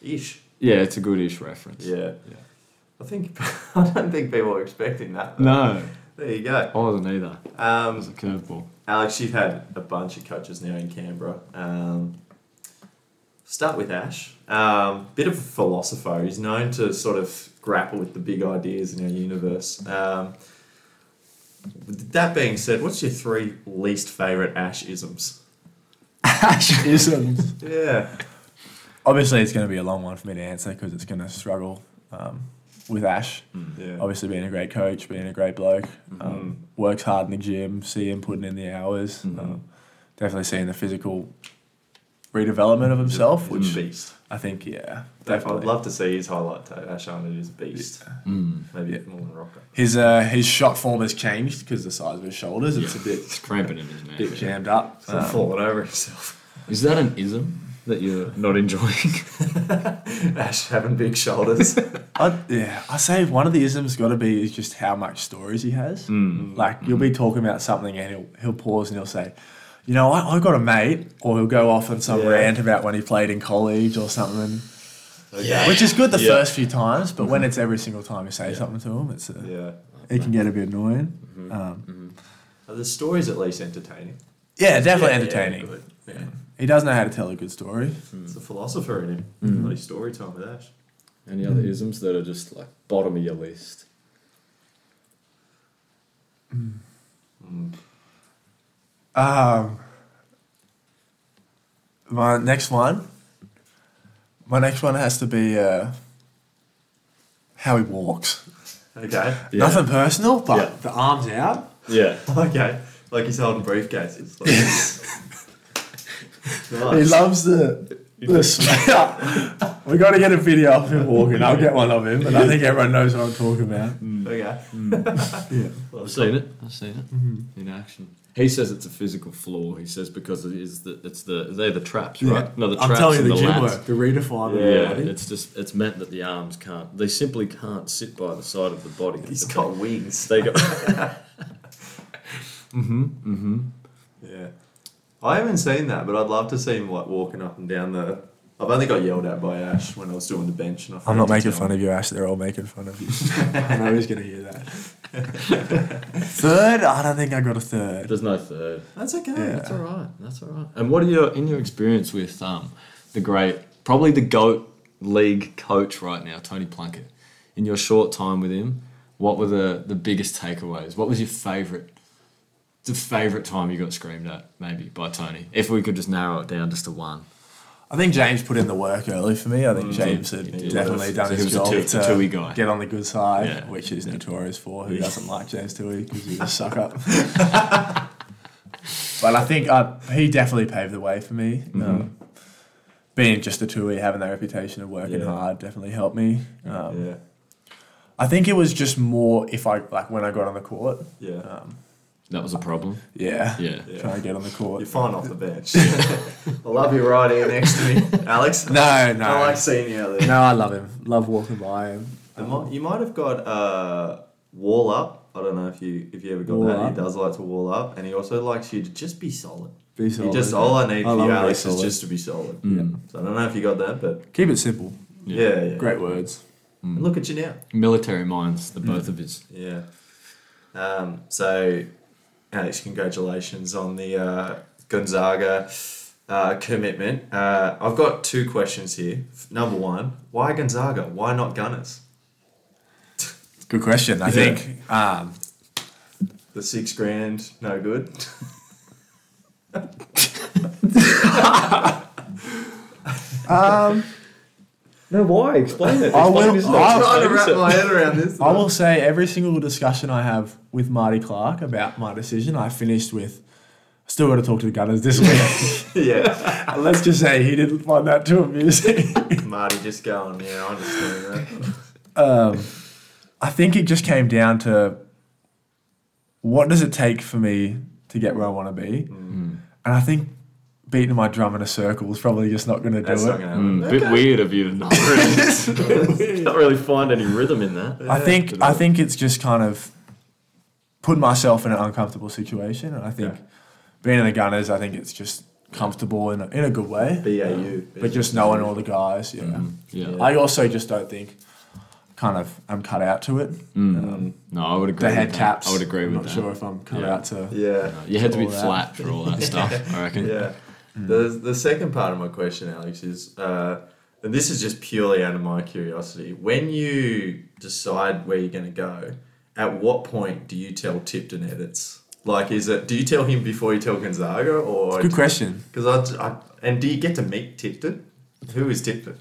[SPEAKER 2] Ish.
[SPEAKER 3] yeah, it's a good Ish reference.
[SPEAKER 2] Yeah.
[SPEAKER 3] Yeah.
[SPEAKER 2] I think I don't think people were expecting that. but
[SPEAKER 3] No,
[SPEAKER 2] There you go.
[SPEAKER 3] I wasn't either. It
[SPEAKER 2] Um,
[SPEAKER 3] was a curveball.
[SPEAKER 2] uh, Alex, you've had a bunch of coaches now in Canberra. Um, start with Ash. Um, bit of a philosopher. He's known to sort of grapple with the big ideas in our universe. Um, with that being said, what's your three least favourite Ash isms?
[SPEAKER 6] Ash isms.
[SPEAKER 2] Yeah.
[SPEAKER 6] Obviously, it's going to be a long one for me to answer because it's going to struggle um, with Ash.
[SPEAKER 2] Yeah.
[SPEAKER 6] Obviously, being a great coach, being a great bloke,
[SPEAKER 2] Mm-hmm.
[SPEAKER 6] um, works hard in the gym, see him putting in the hours.
[SPEAKER 2] Mm-hmm.
[SPEAKER 6] Um, definitely seeing the physical redevelopment of himself,
[SPEAKER 2] He's a
[SPEAKER 6] which
[SPEAKER 2] beast.
[SPEAKER 6] I think, yeah,
[SPEAKER 2] I'd
[SPEAKER 6] definitely.
[SPEAKER 2] Mm-hmm. love to see his highlight tape. Ash Arnold is a beast.
[SPEAKER 6] Mm.
[SPEAKER 2] Maybe more than Rocker.
[SPEAKER 6] His uh, his shot form has changed because the size of his shoulders. It's a bit
[SPEAKER 3] It's cramping in his
[SPEAKER 6] bit
[SPEAKER 3] man.
[SPEAKER 6] jammed up.
[SPEAKER 2] He's
[SPEAKER 6] Um,
[SPEAKER 2] falling over himself.
[SPEAKER 3] Is that an ism that you're not enjoying?
[SPEAKER 2] Ash having big shoulders.
[SPEAKER 6] I, yeah, I say one of the isms got to be is just how much stories he has. Like you'll be talking about something and he'll he'll pause and he'll say, "You know, I, I got a mate," or he'll go off on some
[SPEAKER 2] Yeah.
[SPEAKER 6] rant about when he played in college or something. Yeah, which is good the first few times, but when it's every single time you say something to him, it's a,
[SPEAKER 2] yeah.
[SPEAKER 6] it can get a bit annoying. Um,
[SPEAKER 2] Are the stories at least entertaining?
[SPEAKER 6] Yeah, definitely
[SPEAKER 2] Yeah,
[SPEAKER 6] entertaining.
[SPEAKER 2] but, yeah,
[SPEAKER 6] he does know how to tell a good story.
[SPEAKER 2] It's a philosopher in him.
[SPEAKER 6] Mm.
[SPEAKER 2] Bloody story time with Ash.
[SPEAKER 3] Any other isms that are just like bottom of your list?
[SPEAKER 6] Um, my next one. My next one has to be uh, how he walks.
[SPEAKER 2] Okay.
[SPEAKER 3] Yeah.
[SPEAKER 6] Nothing personal, but
[SPEAKER 2] Yeah.
[SPEAKER 6] the arms out.
[SPEAKER 3] Yeah.
[SPEAKER 2] Okay. Like he's holding briefcases. Like,
[SPEAKER 6] He
[SPEAKER 2] nice.
[SPEAKER 6] loves the the smell. we got to get a video of him walking. I'll get one of him, and I think everyone knows what I'm talking about.
[SPEAKER 2] Okay.
[SPEAKER 3] I've seen it. I've seen it in action. He says it's a physical flaw. He says because it is the it's the they're the traps, right? No, the
[SPEAKER 6] I'm
[SPEAKER 3] traps
[SPEAKER 6] telling
[SPEAKER 3] and
[SPEAKER 6] you, the, gym
[SPEAKER 3] lats.
[SPEAKER 6] work, the redefining.
[SPEAKER 3] Yeah,
[SPEAKER 6] body.
[SPEAKER 3] it's just it's meant that the arms can't. They simply can't sit by the side of the body.
[SPEAKER 2] He's got wings.
[SPEAKER 3] They got.
[SPEAKER 2] Yeah. I haven't seen that, but I'd love to see him like walking up and down the. I've only got yelled at by Ash when I was doing the bench. And I
[SPEAKER 6] I'm
[SPEAKER 2] forgot
[SPEAKER 6] not
[SPEAKER 2] to
[SPEAKER 6] making
[SPEAKER 2] tell
[SPEAKER 6] fun
[SPEAKER 2] him.
[SPEAKER 6] of you, Ash. They're all making fun of you. I know he's going to hear that. third? I don't think I got a third.
[SPEAKER 3] There's no third.
[SPEAKER 2] That's okay.
[SPEAKER 6] Yeah.
[SPEAKER 3] That's all right. That's all right. And what are your in your experience with um, the great, probably the goat league coach right now, Tony Plunkett? In your short time with him, what were the the biggest takeaways? What was your favorite? The favorite time you got screamed at, maybe by Tony. If we could just narrow it down just to one.
[SPEAKER 6] I think James put in the work early for me. I think James had
[SPEAKER 3] Mm. He did.
[SPEAKER 6] definitely done
[SPEAKER 3] So he
[SPEAKER 6] his
[SPEAKER 3] was a
[SPEAKER 6] job
[SPEAKER 3] two-
[SPEAKER 6] to
[SPEAKER 3] two-wee guy.
[SPEAKER 6] get on the good side,
[SPEAKER 3] Yeah.
[SPEAKER 6] which he's notorious for. Who doesn't like James Tui because he's a suck up. but I think I, he definitely paved the way for me.
[SPEAKER 3] Mm-hmm.
[SPEAKER 6] Um, being just a Tui, having that reputation of working
[SPEAKER 2] Yeah.
[SPEAKER 6] hard definitely helped me. Um,
[SPEAKER 2] Yeah.
[SPEAKER 6] I think it was just more if I like when I got on the court.
[SPEAKER 2] Yeah.
[SPEAKER 6] Um,
[SPEAKER 3] That was a problem.
[SPEAKER 6] yeah.
[SPEAKER 3] Yeah.
[SPEAKER 2] Yeah.
[SPEAKER 6] Trying to get on the court.
[SPEAKER 2] You're fine off the bench. I love you right here next to me, Alex.
[SPEAKER 6] No, no.
[SPEAKER 2] I like seeing you out there.
[SPEAKER 6] No, I love him. Love walking by him.
[SPEAKER 2] It might- You might have got uh, wall up. I don't know if you if you ever got
[SPEAKER 6] Wall
[SPEAKER 2] that.
[SPEAKER 6] up.
[SPEAKER 2] He does like to wall up, and he also likes you to just be solid.
[SPEAKER 6] Be
[SPEAKER 2] He
[SPEAKER 6] solid.
[SPEAKER 2] just all I need
[SPEAKER 6] I
[SPEAKER 2] for
[SPEAKER 6] love
[SPEAKER 2] you,
[SPEAKER 6] to be
[SPEAKER 2] Alex, is
[SPEAKER 6] solid.
[SPEAKER 2] just to be solid. So I don't know if you got that, but
[SPEAKER 6] Keep it simple.
[SPEAKER 2] yeah, yeah.
[SPEAKER 6] Great words.
[SPEAKER 2] And look at you now.
[SPEAKER 3] Military minds, the both of us.
[SPEAKER 2] Yeah. Um, so, Alex, congratulations on the uh, Gonzaga uh, commitment. Uh, I've got two questions here. Number one, why Gonzaga? Why not Gunners?
[SPEAKER 6] Good question. I think um,
[SPEAKER 2] The six grand, no good.
[SPEAKER 3] No, why? Explain it.
[SPEAKER 6] I will.
[SPEAKER 2] Trying to
[SPEAKER 6] I,
[SPEAKER 2] wrap my head around this.
[SPEAKER 6] I will say every single discussion I have with Marty Clark about my decision, I finished with. Still got to talk to the Gunners this week.
[SPEAKER 2] yeah,
[SPEAKER 6] Let's just say he didn't find that too amusing.
[SPEAKER 2] Marty, just going. Yeah, I understand that.
[SPEAKER 6] I think it just came down to what does it take for me to get where I want to be, and I think beating my drum in a circle is probably just not going to do
[SPEAKER 2] That's
[SPEAKER 6] it.
[SPEAKER 2] not gonna happen.
[SPEAKER 3] A Mm, bit weird of you to not really, not really find any rhythm in that.
[SPEAKER 6] I think I think it's just kind of putting myself in an uncomfortable situation, and I think being in the Gunners, I think it's just comfortable in a, in a good way,
[SPEAKER 2] BAU,
[SPEAKER 6] but just knowing all the guys. Yeah,
[SPEAKER 3] Mm-hmm. Yeah.
[SPEAKER 6] I also just don't think kind of am cut out to it.
[SPEAKER 3] Mm. no, I would agree.
[SPEAKER 6] The head
[SPEAKER 3] with that.
[SPEAKER 6] caps.
[SPEAKER 3] I would agree
[SPEAKER 6] I'm
[SPEAKER 3] with
[SPEAKER 6] not
[SPEAKER 3] that.
[SPEAKER 6] sure if I'm cut
[SPEAKER 2] Yeah.
[SPEAKER 6] out to.
[SPEAKER 2] Yeah.
[SPEAKER 3] You had to be
[SPEAKER 6] all that.
[SPEAKER 3] flat for all that stuff. I reckon.
[SPEAKER 2] Yeah.
[SPEAKER 6] Hmm.
[SPEAKER 2] The the second part of my question, Alex, is uh, and this is just purely out of my curiosity. When you decide where you're going to go, at what point do you tell Tipton edits? Like, is it do you tell him before you tell Gonzaga, or
[SPEAKER 6] Good question.
[SPEAKER 2] Because I, I and do you get to meet Tipton? Who is Tipton?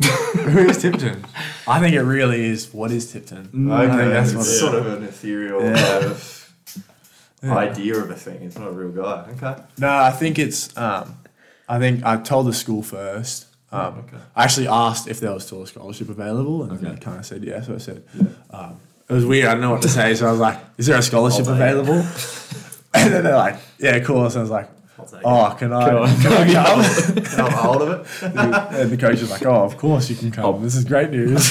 [SPEAKER 6] Who is Tipton? I think it really is. What is Tipton?
[SPEAKER 3] Mm.
[SPEAKER 6] I
[SPEAKER 2] Okay,
[SPEAKER 6] think
[SPEAKER 2] that's
[SPEAKER 6] what it-
[SPEAKER 2] sort of an ethereal kind of idea of a thing. It's not a real guy. Okay.
[SPEAKER 6] No, I think it's. Um, I think I told the school first. Um, I actually asked if there was still a scholarship available, and they kind of said yes. So I said, um, it was weird. I didn't know what to say, so I was like, "Is there a scholarship available?" and then they're like, "Yeah, of course." And I was like,
[SPEAKER 2] take
[SPEAKER 6] "Oh, can I? Can I come?"
[SPEAKER 2] Can I hold of it?
[SPEAKER 6] and the coach was like, "Oh, of course you can come. This is great news."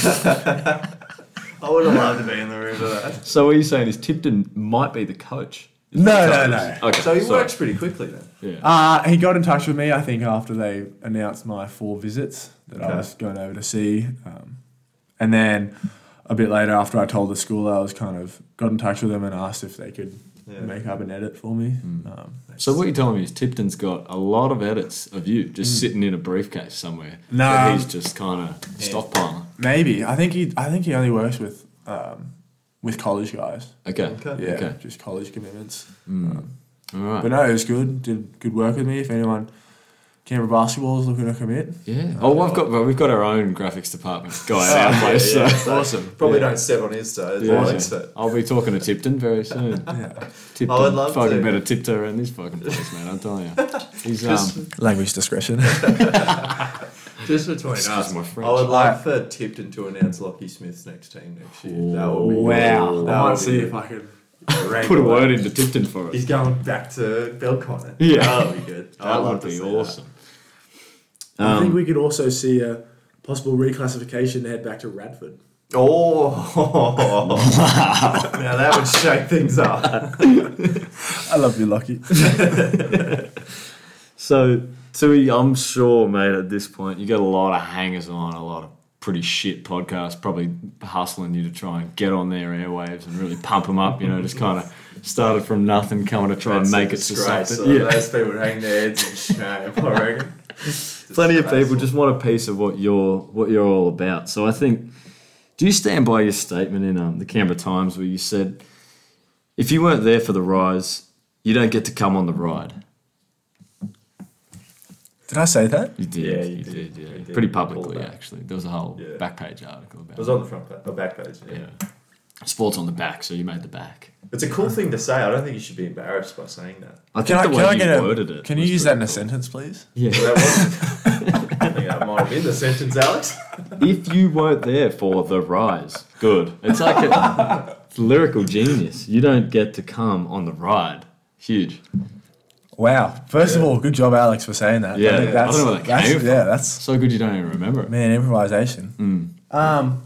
[SPEAKER 2] I would have loved to be in the room for that.
[SPEAKER 3] So what you're saying is Tipton might be the coach.
[SPEAKER 6] no, no, no.
[SPEAKER 3] Okay.
[SPEAKER 2] So he
[SPEAKER 3] sorry.
[SPEAKER 2] works pretty quickly then.
[SPEAKER 6] Uh, he got in touch with me, I think, after they announced my four visits that
[SPEAKER 2] Okay.
[SPEAKER 6] I was going over to see. Um, and then a bit later, after I told the school, I was kind of got in touch with them and asked if they could
[SPEAKER 2] Yeah.
[SPEAKER 6] make up an edit for me. Um,
[SPEAKER 3] So what you're telling me is Tipton's got a lot of edits of you just sitting in a briefcase somewhere.
[SPEAKER 6] No.
[SPEAKER 3] that he's just kind of stockpiling.
[SPEAKER 6] maybe I think he I think he only works with um, with college guys.
[SPEAKER 3] Okay.
[SPEAKER 2] Okay.
[SPEAKER 6] Yeah,
[SPEAKER 3] Okay.
[SPEAKER 6] just college commitments.
[SPEAKER 3] All right.
[SPEAKER 6] But no, it was good. Did good work with me. If anyone Canberra basketball is looking to commit,
[SPEAKER 3] yeah. Oh, well, I've got well, we've got our own graphics department guy at
[SPEAKER 2] Oh,
[SPEAKER 3] our
[SPEAKER 2] Yeah,
[SPEAKER 3] place.
[SPEAKER 2] yeah,
[SPEAKER 3] so-
[SPEAKER 2] so
[SPEAKER 6] awesome.
[SPEAKER 2] Probably don't step on his toes.
[SPEAKER 3] Yeah.
[SPEAKER 2] I'll expert.
[SPEAKER 3] I'll be talking to Tipton very soon. Tipton,
[SPEAKER 2] I would love
[SPEAKER 3] fucking
[SPEAKER 2] to.
[SPEAKER 3] better Tipton around this fucking place, man. I'm telling you. He's um,
[SPEAKER 6] language discretion.
[SPEAKER 2] Just between us.
[SPEAKER 3] excuse my
[SPEAKER 2] I
[SPEAKER 3] French.
[SPEAKER 2] would like for Tipton to announce Lockie Smith's next team next year. That would be
[SPEAKER 6] wow,
[SPEAKER 2] That
[SPEAKER 6] I
[SPEAKER 2] would
[SPEAKER 6] might see
[SPEAKER 2] be-
[SPEAKER 6] if I could.
[SPEAKER 3] put a word into Tipton for
[SPEAKER 2] He's
[SPEAKER 3] us.
[SPEAKER 2] going back to Belconnen.
[SPEAKER 3] Yeah.
[SPEAKER 2] that would be good. I'd
[SPEAKER 3] That
[SPEAKER 2] love
[SPEAKER 3] would
[SPEAKER 2] to
[SPEAKER 3] be
[SPEAKER 2] see
[SPEAKER 3] awesome.
[SPEAKER 5] I
[SPEAKER 2] Um,
[SPEAKER 5] think we could also see a possible reclassification to head back to Radford.
[SPEAKER 2] that. Oh, now that would shake things up.
[SPEAKER 6] I love you, Lucky.
[SPEAKER 3] So, Tui, I'm sure, mate, at this point, you got a lot of hangers on, a lot of pretty shit podcasts, probably hustling you to try and get on their airwaves and really pump them up, you know, just kind of started from nothing, coming to try and make it to
[SPEAKER 2] disgrace.
[SPEAKER 3] something.
[SPEAKER 2] So
[SPEAKER 3] yeah.
[SPEAKER 2] Those people hang their heads in shame, I reckon.
[SPEAKER 3] Plenty of people
[SPEAKER 2] Disgraceful.
[SPEAKER 3] just want a piece of what you're what you're all about. So I think, do you stand by your statement in um, the Canberra Times where you said, if you weren't there for the rise, you don't get to come on the ride?
[SPEAKER 6] Did I say that?
[SPEAKER 3] You did.
[SPEAKER 2] Yeah, you
[SPEAKER 3] you,
[SPEAKER 2] did,
[SPEAKER 3] did.
[SPEAKER 2] you
[SPEAKER 3] yeah.
[SPEAKER 2] did.
[SPEAKER 3] Pretty
[SPEAKER 2] All
[SPEAKER 3] publicly,
[SPEAKER 2] that.
[SPEAKER 3] actually. There was a whole
[SPEAKER 2] Yeah.
[SPEAKER 3] back page article about
[SPEAKER 2] It was on the front page, or back page. Yeah.
[SPEAKER 3] Yeah. Sports on the back, so you made the back.
[SPEAKER 2] It's a cool thing to say. I don't think you should be embarrassed by saying that.
[SPEAKER 3] I
[SPEAKER 6] Can I,
[SPEAKER 3] think the
[SPEAKER 6] can
[SPEAKER 3] way
[SPEAKER 6] I
[SPEAKER 3] you
[SPEAKER 6] get a,
[SPEAKER 3] worded it.
[SPEAKER 6] Can you
[SPEAKER 3] was
[SPEAKER 6] use that in
[SPEAKER 3] pretty
[SPEAKER 6] a sentence, please?
[SPEAKER 2] That was, I think that might have been the sentence, Alex.
[SPEAKER 3] cool. If you weren't there for the rise, good. It's like a it's lyrical genius. You don't get to come on the ride. Huge.
[SPEAKER 6] Wow. First of all, good job, Alex, for saying that.
[SPEAKER 3] Yeah,
[SPEAKER 6] I think
[SPEAKER 3] yeah. I
[SPEAKER 6] that's,
[SPEAKER 3] don't know where that
[SPEAKER 6] that's-
[SPEAKER 3] came from.
[SPEAKER 6] Yeah, that's
[SPEAKER 3] So good you don't even remember it.
[SPEAKER 6] man improvisation. Um,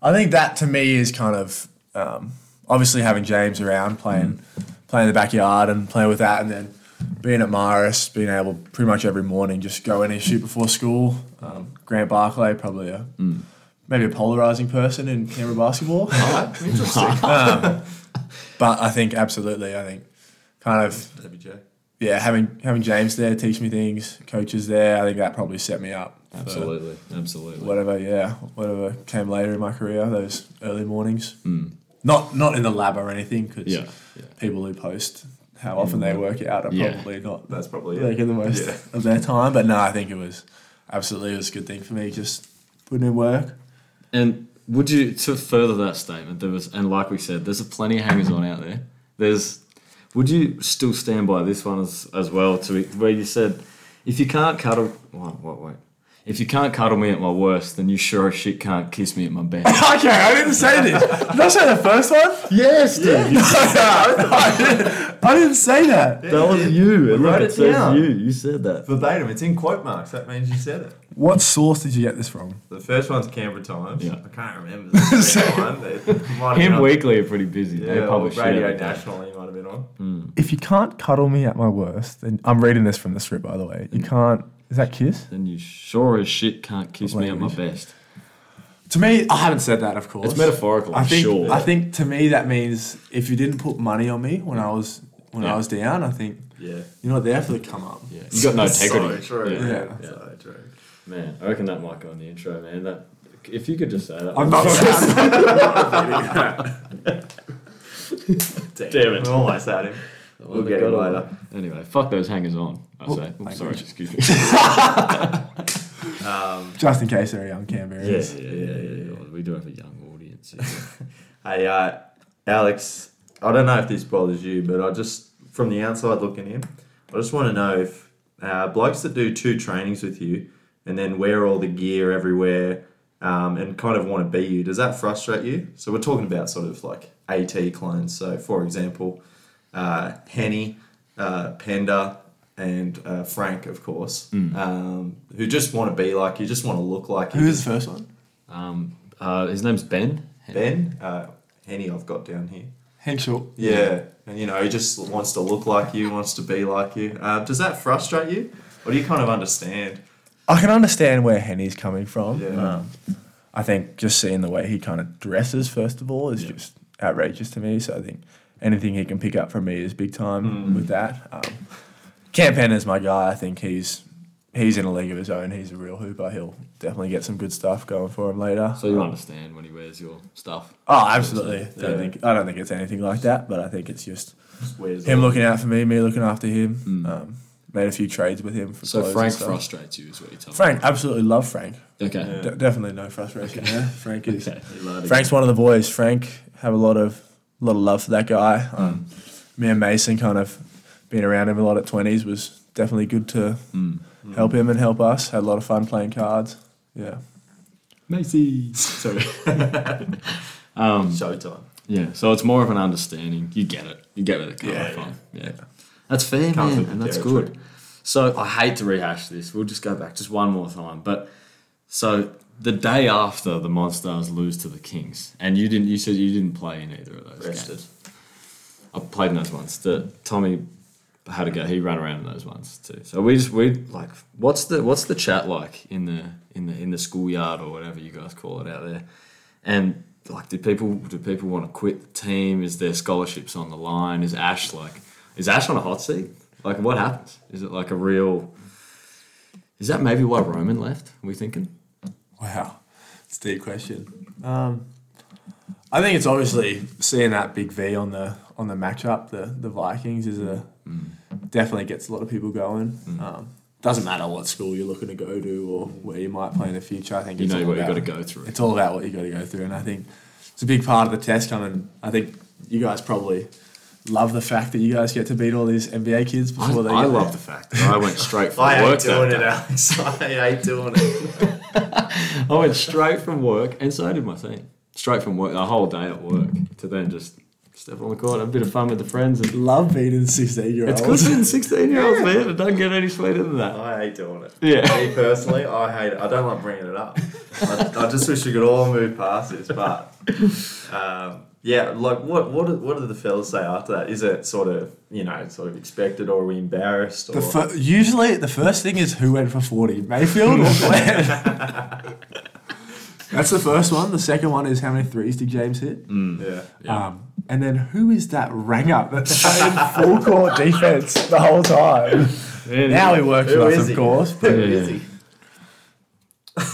[SPEAKER 6] I think that to me is kind of um, obviously having James around playing, playing in the backyard and playing with that, and then being at Maris, being able pretty much every morning just go in and shoot before school. Um, Grant Barclay probably a maybe a polarizing person in Canberra basketball. Um, But I think absolutely, I think kind of
[SPEAKER 2] WJ.
[SPEAKER 6] yeah, having having James there teach me things, coaches there, I think that probably set me up. for
[SPEAKER 3] Absolutely. Absolutely.
[SPEAKER 6] Whatever, yeah, whatever came later in my career, those early mornings. Not not in the lab or anything, because
[SPEAKER 3] Hmm. Yeah. yeah. Hmm.
[SPEAKER 6] people who post how often they work out are
[SPEAKER 3] Yeah.
[SPEAKER 6] probably not
[SPEAKER 2] That's probably it.
[SPEAKER 6] making the most
[SPEAKER 2] Yeah.
[SPEAKER 6] of their time. But no, I think it was absolutely it was a good thing for me, just putting in work.
[SPEAKER 3] And would you to further that statement? There was, and like we said, there's a plenty of hangers on out there. There's, would you still stand by this one as, as well? To it- where you said, if you can't cuddle, what, what, wait, if you can't cuddle me at my worst, then you sure as shit can't kiss me at my best.
[SPEAKER 6] Okay, I didn't say this. Did I say the first one?
[SPEAKER 3] yes, dude.
[SPEAKER 6] I didn't say that.
[SPEAKER 3] That was you. And
[SPEAKER 2] wrote
[SPEAKER 3] look,
[SPEAKER 2] it
[SPEAKER 3] it says
[SPEAKER 2] down.
[SPEAKER 3] you. You said that.
[SPEAKER 2] Verbatim, it's in quote marks. That means you said it.
[SPEAKER 6] What source did you get this from?
[SPEAKER 2] The first one's Canberra Times.
[SPEAKER 3] Yeah.
[SPEAKER 2] I can't remember the second one. It might have been
[SPEAKER 3] Him
[SPEAKER 2] on-
[SPEAKER 3] Weekly are pretty busy.
[SPEAKER 2] Yeah,
[SPEAKER 3] they
[SPEAKER 2] or
[SPEAKER 3] publish shit
[SPEAKER 2] Radio
[SPEAKER 3] every day.
[SPEAKER 2] National. He might have been on.
[SPEAKER 6] If you can't cuddle me at my worst, then I'm reading this from the script, by the
[SPEAKER 3] Hmm.
[SPEAKER 6] way. You can't. Is that kiss?
[SPEAKER 3] Then you sure as shit can't kiss me at my best.
[SPEAKER 6] To me, I haven't said that, of course.
[SPEAKER 3] It's metaphorical,
[SPEAKER 6] I
[SPEAKER 3] I'm
[SPEAKER 6] think.
[SPEAKER 3] sure.
[SPEAKER 6] I think to me that means if you didn't put money on me when I was when I
[SPEAKER 3] Yeah.
[SPEAKER 6] was down, I think
[SPEAKER 3] Yeah.
[SPEAKER 6] you're not there for the come up.
[SPEAKER 3] Yeah. You got no integrity.
[SPEAKER 6] true. Yeah.
[SPEAKER 3] So true. Man, I reckon that might go on the intro, man. That if you could just say that.
[SPEAKER 6] I'm not.
[SPEAKER 3] Damn,
[SPEAKER 2] it. Almost at him. We'll get him later.
[SPEAKER 3] Anyway, fuck those hangers on. I say. Oh, sorry,
[SPEAKER 6] language.
[SPEAKER 3] excuse me. um,
[SPEAKER 6] Just in case they're young Canberrans.
[SPEAKER 3] yeah, yeah, yeah, yeah. We do have a young audience.
[SPEAKER 2] Hey, uh, Alex, I don't know if this bothers you, but I just, from the outside looking in, I just want to know if uh, blokes that do two trainings with you and then wear all the gear everywhere um, and kind of want to be you, does that frustrate you? So we're talking about sort of like AT clones. So, for example, uh, Henny, uh, Penda, and uh, Frank, of course, um, who just want to be like you, just want to look like you.
[SPEAKER 6] Who was the first one?
[SPEAKER 3] Um, uh, his name's Ben.
[SPEAKER 2] Ben, uh, Henny, I've got down here.
[SPEAKER 6] Henschel.
[SPEAKER 2] Yeah, and you know, he just wants to look like you, wants to be like you. Uh, does that frustrate you, or do you kind of understand?
[SPEAKER 6] I can understand where Henny's coming from.
[SPEAKER 2] Yeah.
[SPEAKER 6] Um, I think just seeing the way he kind of dresses, first of all, is just outrageous to me. So I think anything he can pick up from me is big time
[SPEAKER 3] Mm.
[SPEAKER 6] with that. Um, Camp Henner's my guy. I think he's he's in a league of his own. He's a real hooper. He'll definitely get some good stuff going for him later.
[SPEAKER 3] So you understand when he wears your stuff.
[SPEAKER 6] oh, absolutely. I
[SPEAKER 3] Yeah.
[SPEAKER 6] don't think I don't think it's anything like that, but I think it's just
[SPEAKER 2] Just wears
[SPEAKER 6] him
[SPEAKER 2] it.
[SPEAKER 6] looking out for me, me looking after him. Um, made a few trades with him. For
[SPEAKER 3] Mm. So
[SPEAKER 6] clothes and
[SPEAKER 3] Frank
[SPEAKER 6] stuff.
[SPEAKER 3] frustrates you, is what you're telling
[SPEAKER 6] Frank, absolutely love Frank.
[SPEAKER 3] me. Okay.
[SPEAKER 6] De- definitely no frustration there. Frank is
[SPEAKER 3] Okay.
[SPEAKER 6] Frank's one of the boys. Frank have a lot of lot of love for that guy.
[SPEAKER 3] Mm.
[SPEAKER 6] Um, Me and Mason kind of being around him a lot at twenties was definitely good to
[SPEAKER 3] Mm.
[SPEAKER 6] help him and help us. Had a lot of fun playing cards. Yeah,
[SPEAKER 3] Macy. Sorry.
[SPEAKER 2] Showtime.
[SPEAKER 3] yeah. So it's more of an understanding. You get it. You get where they're coming from. Yeah. That's fair,
[SPEAKER 2] Comes
[SPEAKER 3] man,
[SPEAKER 2] with the
[SPEAKER 3] and that's
[SPEAKER 2] territory.
[SPEAKER 3] good. So I hate to rehash this. We'll just go back just one more time. But so the day after the Monstars lose to the Kings, and you didn't, you said you didn't play in either of those
[SPEAKER 2] Rested.
[SPEAKER 3] games. I played in those ones. The Tommy had a go. He ran around in those ones too. So we just we like what's the what's the chat like in the in the in the schoolyard or whatever you guys call it out there, and like do people do people want to quit the team? Is their scholarships on the line? Is Ash like is Ash on a hot seat? Like what happens? Is it like a real? Is that maybe why Roman left? Are we thinking?
[SPEAKER 6] wow, it's a deep question. Um, I think it's obviously seeing that big V on the on the matchup. The the Vikings is a definitely gets a lot of people going.
[SPEAKER 3] Mm.
[SPEAKER 6] Um, doesn't matter what school you're looking to go to or where you might play in the future. I think
[SPEAKER 3] You
[SPEAKER 6] it's
[SPEAKER 3] know
[SPEAKER 6] all
[SPEAKER 3] what you
[SPEAKER 6] about-
[SPEAKER 3] got to go through.
[SPEAKER 6] It's all about what you got to go through, and I think it's a big part of the test coming. I think you guys probably love the fact that you guys get to beat all these NBA kids
[SPEAKER 3] I,
[SPEAKER 6] before they.
[SPEAKER 3] I
[SPEAKER 6] get
[SPEAKER 3] love the
[SPEAKER 6] there.
[SPEAKER 3] fact that I went straight from
[SPEAKER 2] I
[SPEAKER 3] work
[SPEAKER 2] ain't doing
[SPEAKER 3] that
[SPEAKER 2] it,
[SPEAKER 3] day.
[SPEAKER 2] Alex. I ain't doing it.
[SPEAKER 3] I went straight from work, and so did my team. Straight from work, the whole day at work, to then just step on the court, have a bit of fun with the friends. And
[SPEAKER 6] Love beating sixteen year olds.
[SPEAKER 3] it's good being 16 year olds, man. It doesn't get any sweeter than that.
[SPEAKER 2] I hate doing it.
[SPEAKER 3] Yeah.
[SPEAKER 2] Me personally, I hate it. I don't like bringing it up. I, I just wish we could all move past this. But um, yeah, like what what do- what do the fellas say after that? Is it sort of you know sort of expected, or are we embarrassed? Or
[SPEAKER 6] The fir- usually, the first thing is who went for forty, Mayfield or Glenn. That's the first one. The second one is how many threes did James hit?
[SPEAKER 2] Mm. yeah.
[SPEAKER 6] Um, and then who is that rang up that's playing full court defense the whole time? Now he works
[SPEAKER 2] Who
[SPEAKER 6] for us,
[SPEAKER 2] is
[SPEAKER 6] of
[SPEAKER 2] he?
[SPEAKER 6] course. But
[SPEAKER 3] Yeah.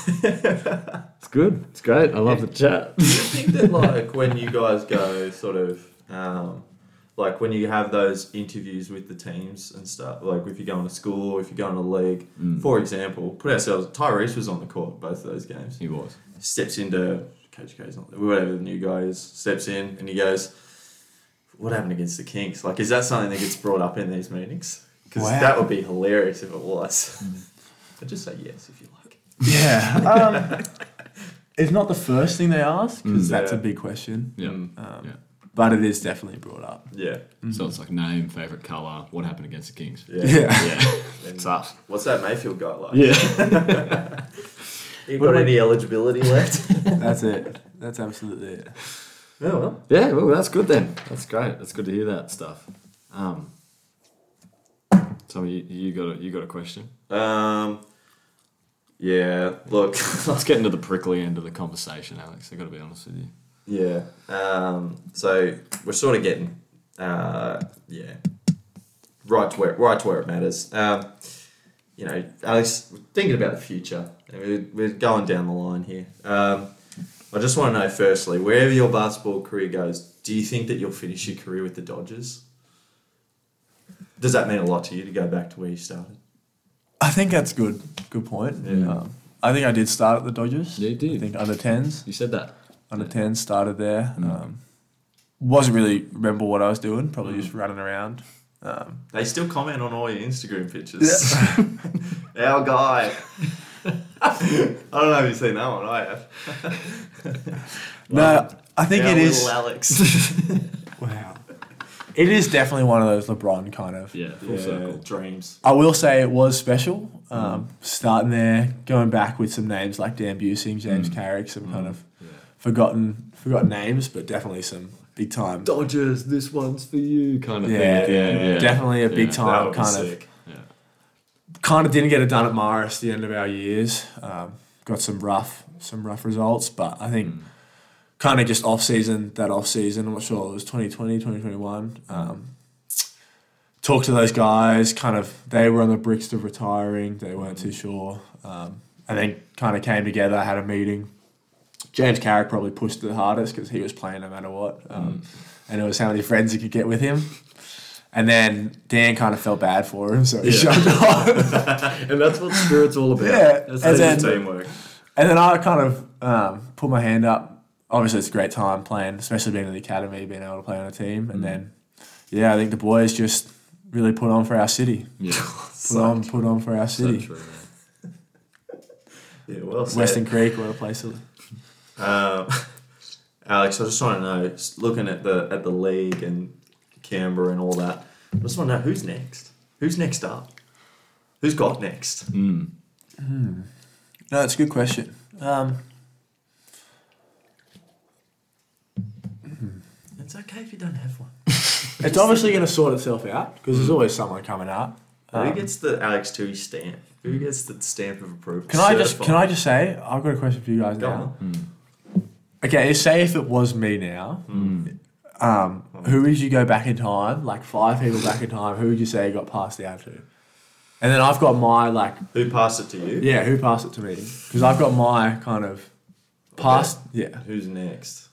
[SPEAKER 3] it's good. It's great. I love the chat.
[SPEAKER 2] think that like when you guys go sort of um, like when you have those interviews with the teams and stuff like if you're going to school or if you're going to league for example put ourselves Tyrese was on the court both of those games
[SPEAKER 3] He was.
[SPEAKER 2] steps into Coach K's not there, whatever the new guy is, steps in and he goes, What happened against the Kinks? Like, is that something that gets brought up in these meetings? Because
[SPEAKER 6] Wow.
[SPEAKER 2] that would be hilarious if it was. but just say yes if you like.
[SPEAKER 6] yeah, um, it's not the first thing they ask because that's
[SPEAKER 2] Mm. Yeah.
[SPEAKER 6] a big question,
[SPEAKER 3] Yeah. Um, Mm-hmm.
[SPEAKER 6] but it is definitely brought up.
[SPEAKER 2] Yeah.
[SPEAKER 3] So it's like name, favorite color, what happened against the Kings.
[SPEAKER 2] Yeah.
[SPEAKER 6] Yeah.
[SPEAKER 3] Yeah.
[SPEAKER 2] And
[SPEAKER 3] Tough.
[SPEAKER 2] What's that Mayfield guy like?
[SPEAKER 3] Yeah.
[SPEAKER 2] You got any eligibility left?
[SPEAKER 6] That's it. That's absolutely it.
[SPEAKER 2] oh, well.
[SPEAKER 3] Yeah, well, that's good then. That's great. That's good to hear that stuff. Um,
[SPEAKER 6] Uh,
[SPEAKER 3] Tommy, you, you got a you got a question?
[SPEAKER 2] Um, Yeah, look.
[SPEAKER 3] Let's get into the prickly end of the conversation, Alex. i got to be honest with you.
[SPEAKER 2] Yeah. Um, so we're sort of getting, uh, yeah, right to where right to where it matters. Um, you know, Alex, we're thinking about the future, and we're, we're going down the line here. Um, I just want to know, firstly, wherever your basketball career goes, do you think that you'll finish your career with the Dodgers? Does that mean a lot to you to go back to where you started?
[SPEAKER 6] I think that's good. Good point.
[SPEAKER 2] Yeah.
[SPEAKER 6] Um, I think I did start at the Dodgers.
[SPEAKER 3] Yeah, you did.
[SPEAKER 6] I think under tens.
[SPEAKER 3] You said that.
[SPEAKER 6] Under tens started there.
[SPEAKER 3] Mm.
[SPEAKER 6] Um, wasn't really remember what I was doing.
[SPEAKER 3] Mm.
[SPEAKER 6] Probably just running around. Um,
[SPEAKER 2] They still comment on all your Instagram pictures. Our guy. I don't know if you've seen that one. I have.
[SPEAKER 6] no, I think it is.
[SPEAKER 2] Alex.
[SPEAKER 6] Wow. It is definitely one of those LeBron kind of.
[SPEAKER 3] Yeah, full circle.
[SPEAKER 2] Dreams.
[SPEAKER 6] I will say it was special.
[SPEAKER 3] Mm.
[SPEAKER 6] Um, Starting there, going back with some names like Dan Busing, James
[SPEAKER 3] Mm.
[SPEAKER 6] Carrick, some kind of forgotten forgotten names, but definitely some big time.
[SPEAKER 3] Dodgers, this one's for you, kind of
[SPEAKER 6] Yeah,
[SPEAKER 3] thing. at the end,
[SPEAKER 6] yeah, definitely a big
[SPEAKER 3] Yeah,
[SPEAKER 6] time
[SPEAKER 3] that would be
[SPEAKER 6] kind of-
[SPEAKER 3] sick. Yeah.
[SPEAKER 6] Kind of didn't get it done at Morris the end of our years. Um, got some rough some rough results, but I think kind of just off season that off season. I'm not sure it was 2020, 2021. Um, talked to those guys. Kind of they were on the bricks of retiring. They weren't too sure, um, and then kind of came together. Had a meeting. James Carrick probably pushed it the hardest because he was playing no matter what, um, and it was how many friends he could get with him. And then Dan kind of felt bad for him, so he shut up.
[SPEAKER 3] And that's what spirit's all about.
[SPEAKER 6] Yeah,
[SPEAKER 3] That's
[SPEAKER 6] and
[SPEAKER 3] that's
[SPEAKER 6] then-
[SPEAKER 3] teamwork.
[SPEAKER 6] And then I kind of um, put my hand up. Obviously, it's a great time playing, especially being in the academy, being able to play on a team. And then, yeah, I think the boys just really put on for our city.
[SPEAKER 3] Yeah,
[SPEAKER 6] Put on, put on for our
[SPEAKER 3] so
[SPEAKER 6] city.
[SPEAKER 3] true, man.
[SPEAKER 2] Yeah, well said.
[SPEAKER 6] Western Creek, what a place. To,
[SPEAKER 2] Um, Alex, I just want to know, just looking at the at the league and Canberra and all that, I just want to know who's next. Who's next up? Who's got next?
[SPEAKER 6] Mm. no, it's a good question. Um,
[SPEAKER 2] It's okay if you don't have one.
[SPEAKER 6] it's obviously going to sort itself out because there's always someone coming up. Um,
[SPEAKER 2] Who gets the Alex Tui stamp? Who gets the stamp of approval?
[SPEAKER 6] Hmm. Can I just
[SPEAKER 2] Certified.
[SPEAKER 6] can I just say I've got a question for you guys
[SPEAKER 2] Go
[SPEAKER 6] now.
[SPEAKER 2] on.
[SPEAKER 6] Okay, say if it was me now,
[SPEAKER 3] Hmm.
[SPEAKER 6] um, who would you go back in time? Like five people back in time, who would you say got passed down to? And then I've got my like,
[SPEAKER 2] Who passed it to you?
[SPEAKER 6] Hmm. yeah, who passed it to me? Because I've got my kind of past, yeah.
[SPEAKER 2] Who's next?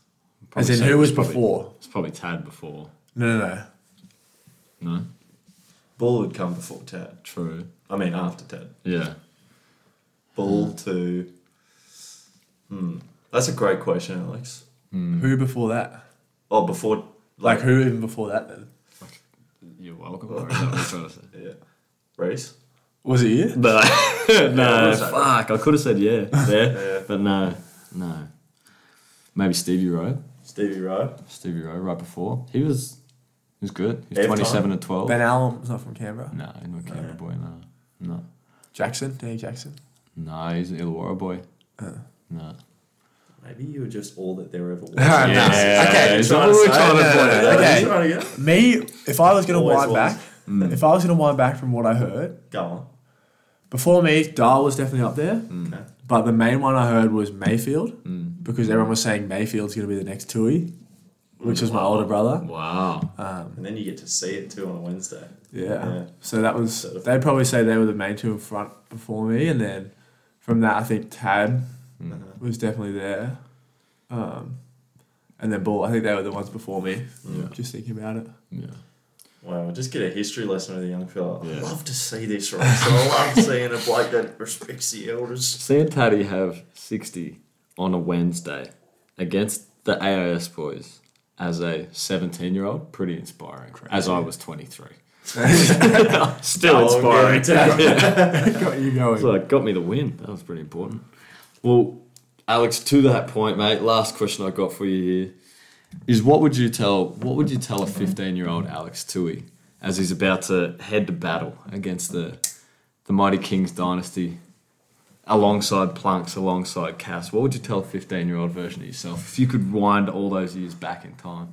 [SPEAKER 6] As
[SPEAKER 3] Probably
[SPEAKER 6] in
[SPEAKER 3] say it
[SPEAKER 6] who was
[SPEAKER 3] probably-
[SPEAKER 6] before?
[SPEAKER 3] It's probably Tad before.
[SPEAKER 6] No, no, no.
[SPEAKER 3] No,
[SPEAKER 2] Bull would come before Ted.
[SPEAKER 3] true.
[SPEAKER 2] I mean, after Ted.
[SPEAKER 3] Yeah,
[SPEAKER 2] Bull to. Hmm. That's a great question, Alex.
[SPEAKER 3] Hmm.
[SPEAKER 6] Who before that?
[SPEAKER 2] Oh, before.
[SPEAKER 6] Like who even before that then?
[SPEAKER 3] you're welcome. Or is that what you're trying to say?
[SPEAKER 2] Yeah. Race?
[SPEAKER 6] Was it you?
[SPEAKER 3] But no,
[SPEAKER 2] what's that?
[SPEAKER 3] fuck. I could have said yeah there, but no, no. Maybe Stevie Rowe.
[SPEAKER 2] Stevie Rowe?
[SPEAKER 3] Stevie Rowe right before he was, he was good. He was
[SPEAKER 2] Airtime?
[SPEAKER 3] twenty seven and twelve.
[SPEAKER 6] Ben Allen was not from Canberra.
[SPEAKER 3] no, not Canberra boy. No, no,
[SPEAKER 6] Jackson, Danny Jackson.
[SPEAKER 3] no. He's an Illawarra boy. No.
[SPEAKER 2] Maybe you were just all that there ever was.
[SPEAKER 6] Okay,
[SPEAKER 3] it's not what we're trying to point out.
[SPEAKER 6] Okay.
[SPEAKER 2] Trying to get-
[SPEAKER 6] Me, if I was going to
[SPEAKER 2] Always
[SPEAKER 6] wind
[SPEAKER 2] was.
[SPEAKER 6] back,
[SPEAKER 3] Hmm.
[SPEAKER 6] if I was going to wind back from what I heard,
[SPEAKER 2] Go on.
[SPEAKER 6] Before me, Dahl was definitely up there.
[SPEAKER 2] Okay.
[SPEAKER 6] But the main one I heard was Mayfield because everyone was saying Mayfield's going to be the next Tui, which was my older brother.
[SPEAKER 3] Wow.
[SPEAKER 2] And then you get to see it too on a Wednesday.
[SPEAKER 6] Yeah.
[SPEAKER 2] Yeah.
[SPEAKER 6] So that was, they'd probably say they were the main two in front before me. And then from that, I think Tad was definitely there. Um, and then Ball, I think they were the ones before me. Just thinking about it.
[SPEAKER 3] yeah.
[SPEAKER 2] Wow, just get a history lesson with a young fella. I
[SPEAKER 3] Yeah.
[SPEAKER 2] love to see this, right? So I love seeing a bloke that respects the elders.
[SPEAKER 3] Seeing Taddy have sixty on a Wednesday against the AIS boys as a seventeen year old, pretty inspiring. As I was twenty three. Still inspiring.
[SPEAKER 6] Got you going.
[SPEAKER 3] So it got me the win. That was pretty important. Well, Alex, to that point, mate. Last question I got for you here is: What would you tell? What would you tell a fifteen-year-old Alex Tui as he's about to head to battle against the the mighty Kings dynasty, alongside Plunks, alongside Cass? What would you tell a fifteen-year-old version of yourself if you could wind all those years back in time?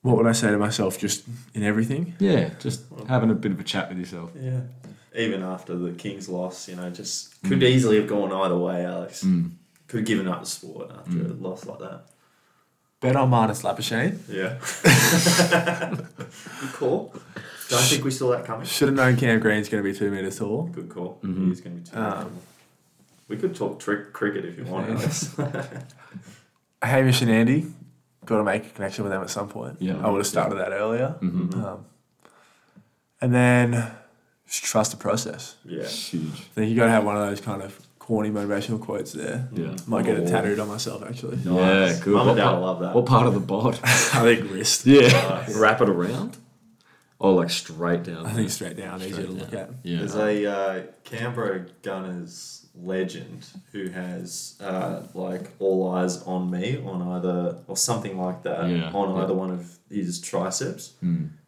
[SPEAKER 6] What would I say to myself just in everything?
[SPEAKER 3] Yeah, just having a bit of a chat with yourself.
[SPEAKER 2] Yeah. even after the Kings loss, you know, just could easily have gone either way, Alex. Could have given up the sport after a loss like that.
[SPEAKER 6] Bet on minus Lapashane.
[SPEAKER 2] Yeah. Good call. Don't think we saw that coming.
[SPEAKER 6] Should have known Cam Green's going to be two meters tall.
[SPEAKER 2] Good call. He's going to be too
[SPEAKER 6] Um,
[SPEAKER 2] We could talk trick cricket if you want, Alex.
[SPEAKER 6] Hamish and Andy, got to make a connection with them at some point.
[SPEAKER 3] Yeah.
[SPEAKER 6] I would have started that earlier. Um, and then just trust the process.
[SPEAKER 2] yeah.
[SPEAKER 3] Huge.
[SPEAKER 6] I think you got to have one of those kind of corny motivational quotes there.
[SPEAKER 3] Yeah.
[SPEAKER 6] Might get
[SPEAKER 3] Oh.
[SPEAKER 6] it tattooed on myself actually.
[SPEAKER 3] Yeah, good.
[SPEAKER 2] Mum and
[SPEAKER 3] What
[SPEAKER 2] Dad
[SPEAKER 3] part-
[SPEAKER 2] will love that.
[SPEAKER 3] What part of the bod?
[SPEAKER 6] I think wrist.
[SPEAKER 3] yeah. Wrap it around? Or like straight down?
[SPEAKER 6] I think straight down, easier to look at.
[SPEAKER 3] Yeah.
[SPEAKER 2] There's a uh, Canberra Gunners legend who has uh, like all eyes on me on either or something like that
[SPEAKER 3] Yeah,
[SPEAKER 2] on
[SPEAKER 3] yeah. Hmm.
[SPEAKER 2] either one of his triceps.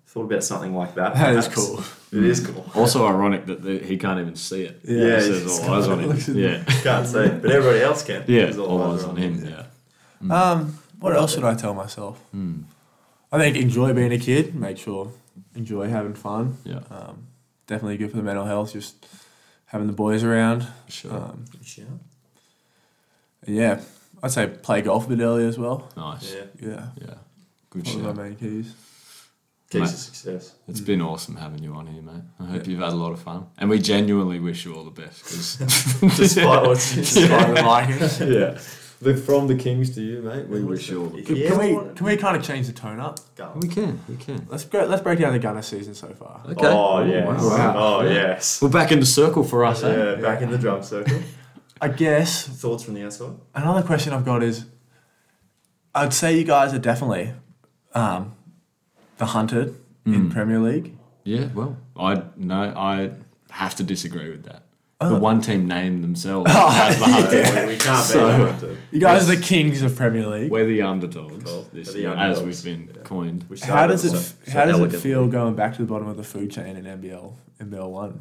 [SPEAKER 2] Thought about something like that.
[SPEAKER 6] That is
[SPEAKER 2] perhaps.
[SPEAKER 6] cool.
[SPEAKER 2] It is cool.
[SPEAKER 3] Also ironic that the, he can't even see it.
[SPEAKER 6] Yeah,
[SPEAKER 3] It
[SPEAKER 2] it's-
[SPEAKER 3] says
[SPEAKER 2] it's
[SPEAKER 3] all eyes on him.
[SPEAKER 6] looks in-
[SPEAKER 3] Yeah.
[SPEAKER 2] Can't see, but everybody else can.
[SPEAKER 3] Yeah.
[SPEAKER 2] There's
[SPEAKER 3] All eyes on him. Yeah.
[SPEAKER 6] Um, what else should I tell myself? I think enjoy being a kid. Make sure enjoy having fun.
[SPEAKER 3] Yeah.
[SPEAKER 6] Um, definitely good for the mental health. Just having the boys around.
[SPEAKER 3] Sure.
[SPEAKER 6] Um,
[SPEAKER 2] Yeah.
[SPEAKER 6] yeah, I'd say play golf a bit earlier as well.
[SPEAKER 3] nice.
[SPEAKER 2] Yeah.
[SPEAKER 3] Yeah.
[SPEAKER 6] Yeah,
[SPEAKER 3] Good
[SPEAKER 6] one
[SPEAKER 3] shit.
[SPEAKER 6] of my main keys.
[SPEAKER 2] Keys
[SPEAKER 3] Mate.
[SPEAKER 2] to success.
[SPEAKER 3] It's been awesome having you on here, mate. I hope you've had a lot of fun, and we genuinely wish you all the best. 'cause-
[SPEAKER 2] Despite what's
[SPEAKER 6] Despite the Vikings.
[SPEAKER 2] yeah. The, from the Kings to you, mate. We
[SPEAKER 3] wish you all the
[SPEAKER 2] If
[SPEAKER 6] Can,
[SPEAKER 2] you
[SPEAKER 6] can
[SPEAKER 2] ever
[SPEAKER 6] we
[SPEAKER 2] want
[SPEAKER 6] can we kind of change the tone up?
[SPEAKER 2] to-
[SPEAKER 3] we can, we can.
[SPEAKER 6] Let's go. Let's break down the Gunner season so far.
[SPEAKER 3] Okay.
[SPEAKER 2] Oh yes.
[SPEAKER 3] wow.
[SPEAKER 2] Oh yes.
[SPEAKER 3] We're back in the circle for us, eh?
[SPEAKER 2] Yeah, back in the drum circle.
[SPEAKER 6] I guess
[SPEAKER 2] Thoughts from the outside?
[SPEAKER 6] another question I've got is, I'd say you guys are definitely um, the hunted
[SPEAKER 3] Hmm.
[SPEAKER 6] in Premier League.
[SPEAKER 3] Yeah, well, I no, I have to disagree with that.
[SPEAKER 6] Oh.
[SPEAKER 3] The one team named themselves as the Hunter.
[SPEAKER 2] We we can't
[SPEAKER 3] So-
[SPEAKER 2] be that.
[SPEAKER 6] You guys are the kings of Premier League.
[SPEAKER 3] We're the underdogs this
[SPEAKER 2] We're the
[SPEAKER 3] year,
[SPEAKER 2] underdogs.
[SPEAKER 3] as we've been coined.
[SPEAKER 2] We
[SPEAKER 6] How
[SPEAKER 2] started
[SPEAKER 6] does it
[SPEAKER 2] so-
[SPEAKER 6] f-
[SPEAKER 2] so
[SPEAKER 6] How does it
[SPEAKER 2] elegantly.
[SPEAKER 6] feel going back to the bottom of the food chain in NBL NBL one?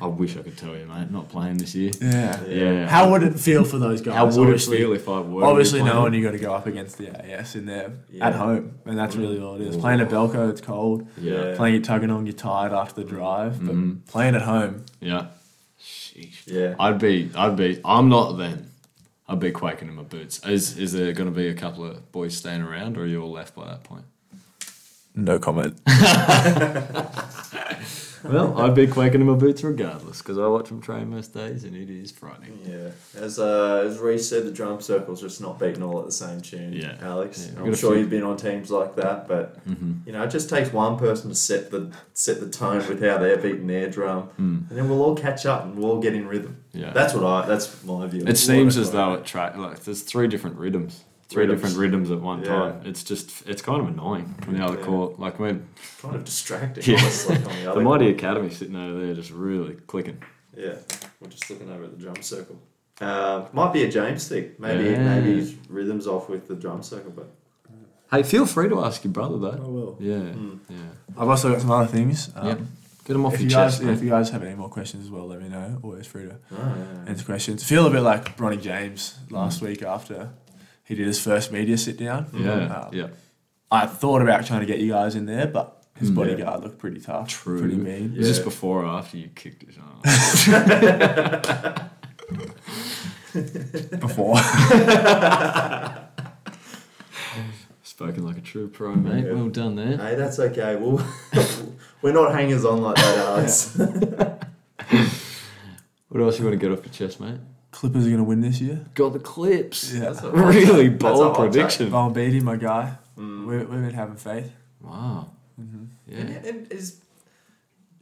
[SPEAKER 3] I wish I could tell you, mate. Not playing this year.
[SPEAKER 6] Yeah.
[SPEAKER 3] Yeah.
[SPEAKER 6] How would it feel for those guys?
[SPEAKER 3] How would
[SPEAKER 6] Obviously-
[SPEAKER 3] it feel if I were?
[SPEAKER 6] Obviously,
[SPEAKER 3] playing?
[SPEAKER 6] knowing you got to go up against the AS in there
[SPEAKER 2] Yeah.
[SPEAKER 6] at home, and that's really all it is. Playing at Belco, it's cold.
[SPEAKER 3] Yeah.
[SPEAKER 6] Playing at Tugging on, you're tired after the drive, but playing at home,
[SPEAKER 3] Yeah. Sheesh.
[SPEAKER 2] Yeah.
[SPEAKER 3] I'd be. I'd be. I'm not then. I'd be quaking in my boots. Is Is there going to be a couple of boys staying around, or are you all left by that point?
[SPEAKER 6] no comment.
[SPEAKER 3] Well, I'd be quaking in my boots regardless, because I watch them train most days, and it is frightening.
[SPEAKER 2] Yeah, as uh, as Reece said, the drum circle's just not beating all at the same tune.
[SPEAKER 3] Yeah. Mm-hmm.
[SPEAKER 2] Alex,
[SPEAKER 3] Yeah,
[SPEAKER 2] I'm
[SPEAKER 3] gotta
[SPEAKER 2] sure
[SPEAKER 3] feel-
[SPEAKER 2] you've been on teams like that, but you know it just takes one person to set the set the tone with how they're beating their drum, and then we'll all catch up and we'll all get in rhythm.
[SPEAKER 3] Mm. Yeah.
[SPEAKER 2] that's what I. That's my view.
[SPEAKER 3] It seems as though it tra- like there's three different rhythms, three
[SPEAKER 2] Rhythms.
[SPEAKER 3] different rhythms at one
[SPEAKER 2] Yeah.
[SPEAKER 3] time. It's just it's kind of annoying on the other
[SPEAKER 2] Yeah.
[SPEAKER 3] court. Like when
[SPEAKER 2] kind of distracting.
[SPEAKER 3] Yeah.
[SPEAKER 2] honestly, on the,
[SPEAKER 3] the
[SPEAKER 2] other
[SPEAKER 3] mighty academy sitting over there just really clicking.
[SPEAKER 2] Yeah, we're just looking over at the drum circle. Uh, might be a James thing. Maybe
[SPEAKER 3] Yeah.
[SPEAKER 2] maybe his rhythms off with the drum circle, but
[SPEAKER 3] Hey, feel free to ask your brother though.
[SPEAKER 6] will.
[SPEAKER 3] Yeah, yeah.
[SPEAKER 6] I've also got some other things. Um,
[SPEAKER 3] Yep. Get him off
[SPEAKER 6] If
[SPEAKER 3] your
[SPEAKER 6] you, guys,
[SPEAKER 3] chest.
[SPEAKER 6] yeah,
[SPEAKER 3] mate.
[SPEAKER 6] if you guys have any more questions as well, let me know. Always free to
[SPEAKER 2] Oh, yeah.
[SPEAKER 6] answer questions. Feel a bit like Bronny James last week after he did his first media sit down.
[SPEAKER 3] Yeah,
[SPEAKER 6] Um,
[SPEAKER 3] yeah.
[SPEAKER 6] I thought about trying to get you guys in there, but his bodyguard looked pretty tough.
[SPEAKER 3] True.
[SPEAKER 6] Pretty mean.
[SPEAKER 3] Was this
[SPEAKER 2] Yeah.
[SPEAKER 3] before or after you kicked his ass?
[SPEAKER 6] Before.
[SPEAKER 3] Spoken like a true pro, mate. Well done there.
[SPEAKER 2] Hey, that's okay. Well, we're not hangers on like that, Alex.
[SPEAKER 3] What else you want to get off your chest, mate?
[SPEAKER 6] Clippers are going to win this year.
[SPEAKER 3] Got the clips.
[SPEAKER 6] Yeah.
[SPEAKER 3] Really
[SPEAKER 2] a hot
[SPEAKER 3] bold
[SPEAKER 2] take.
[SPEAKER 3] prediction.
[SPEAKER 6] Bowen Beatty, my guy.
[SPEAKER 3] Mm.
[SPEAKER 6] We, we've been having faith.
[SPEAKER 3] Wow. Yeah.
[SPEAKER 2] And- And is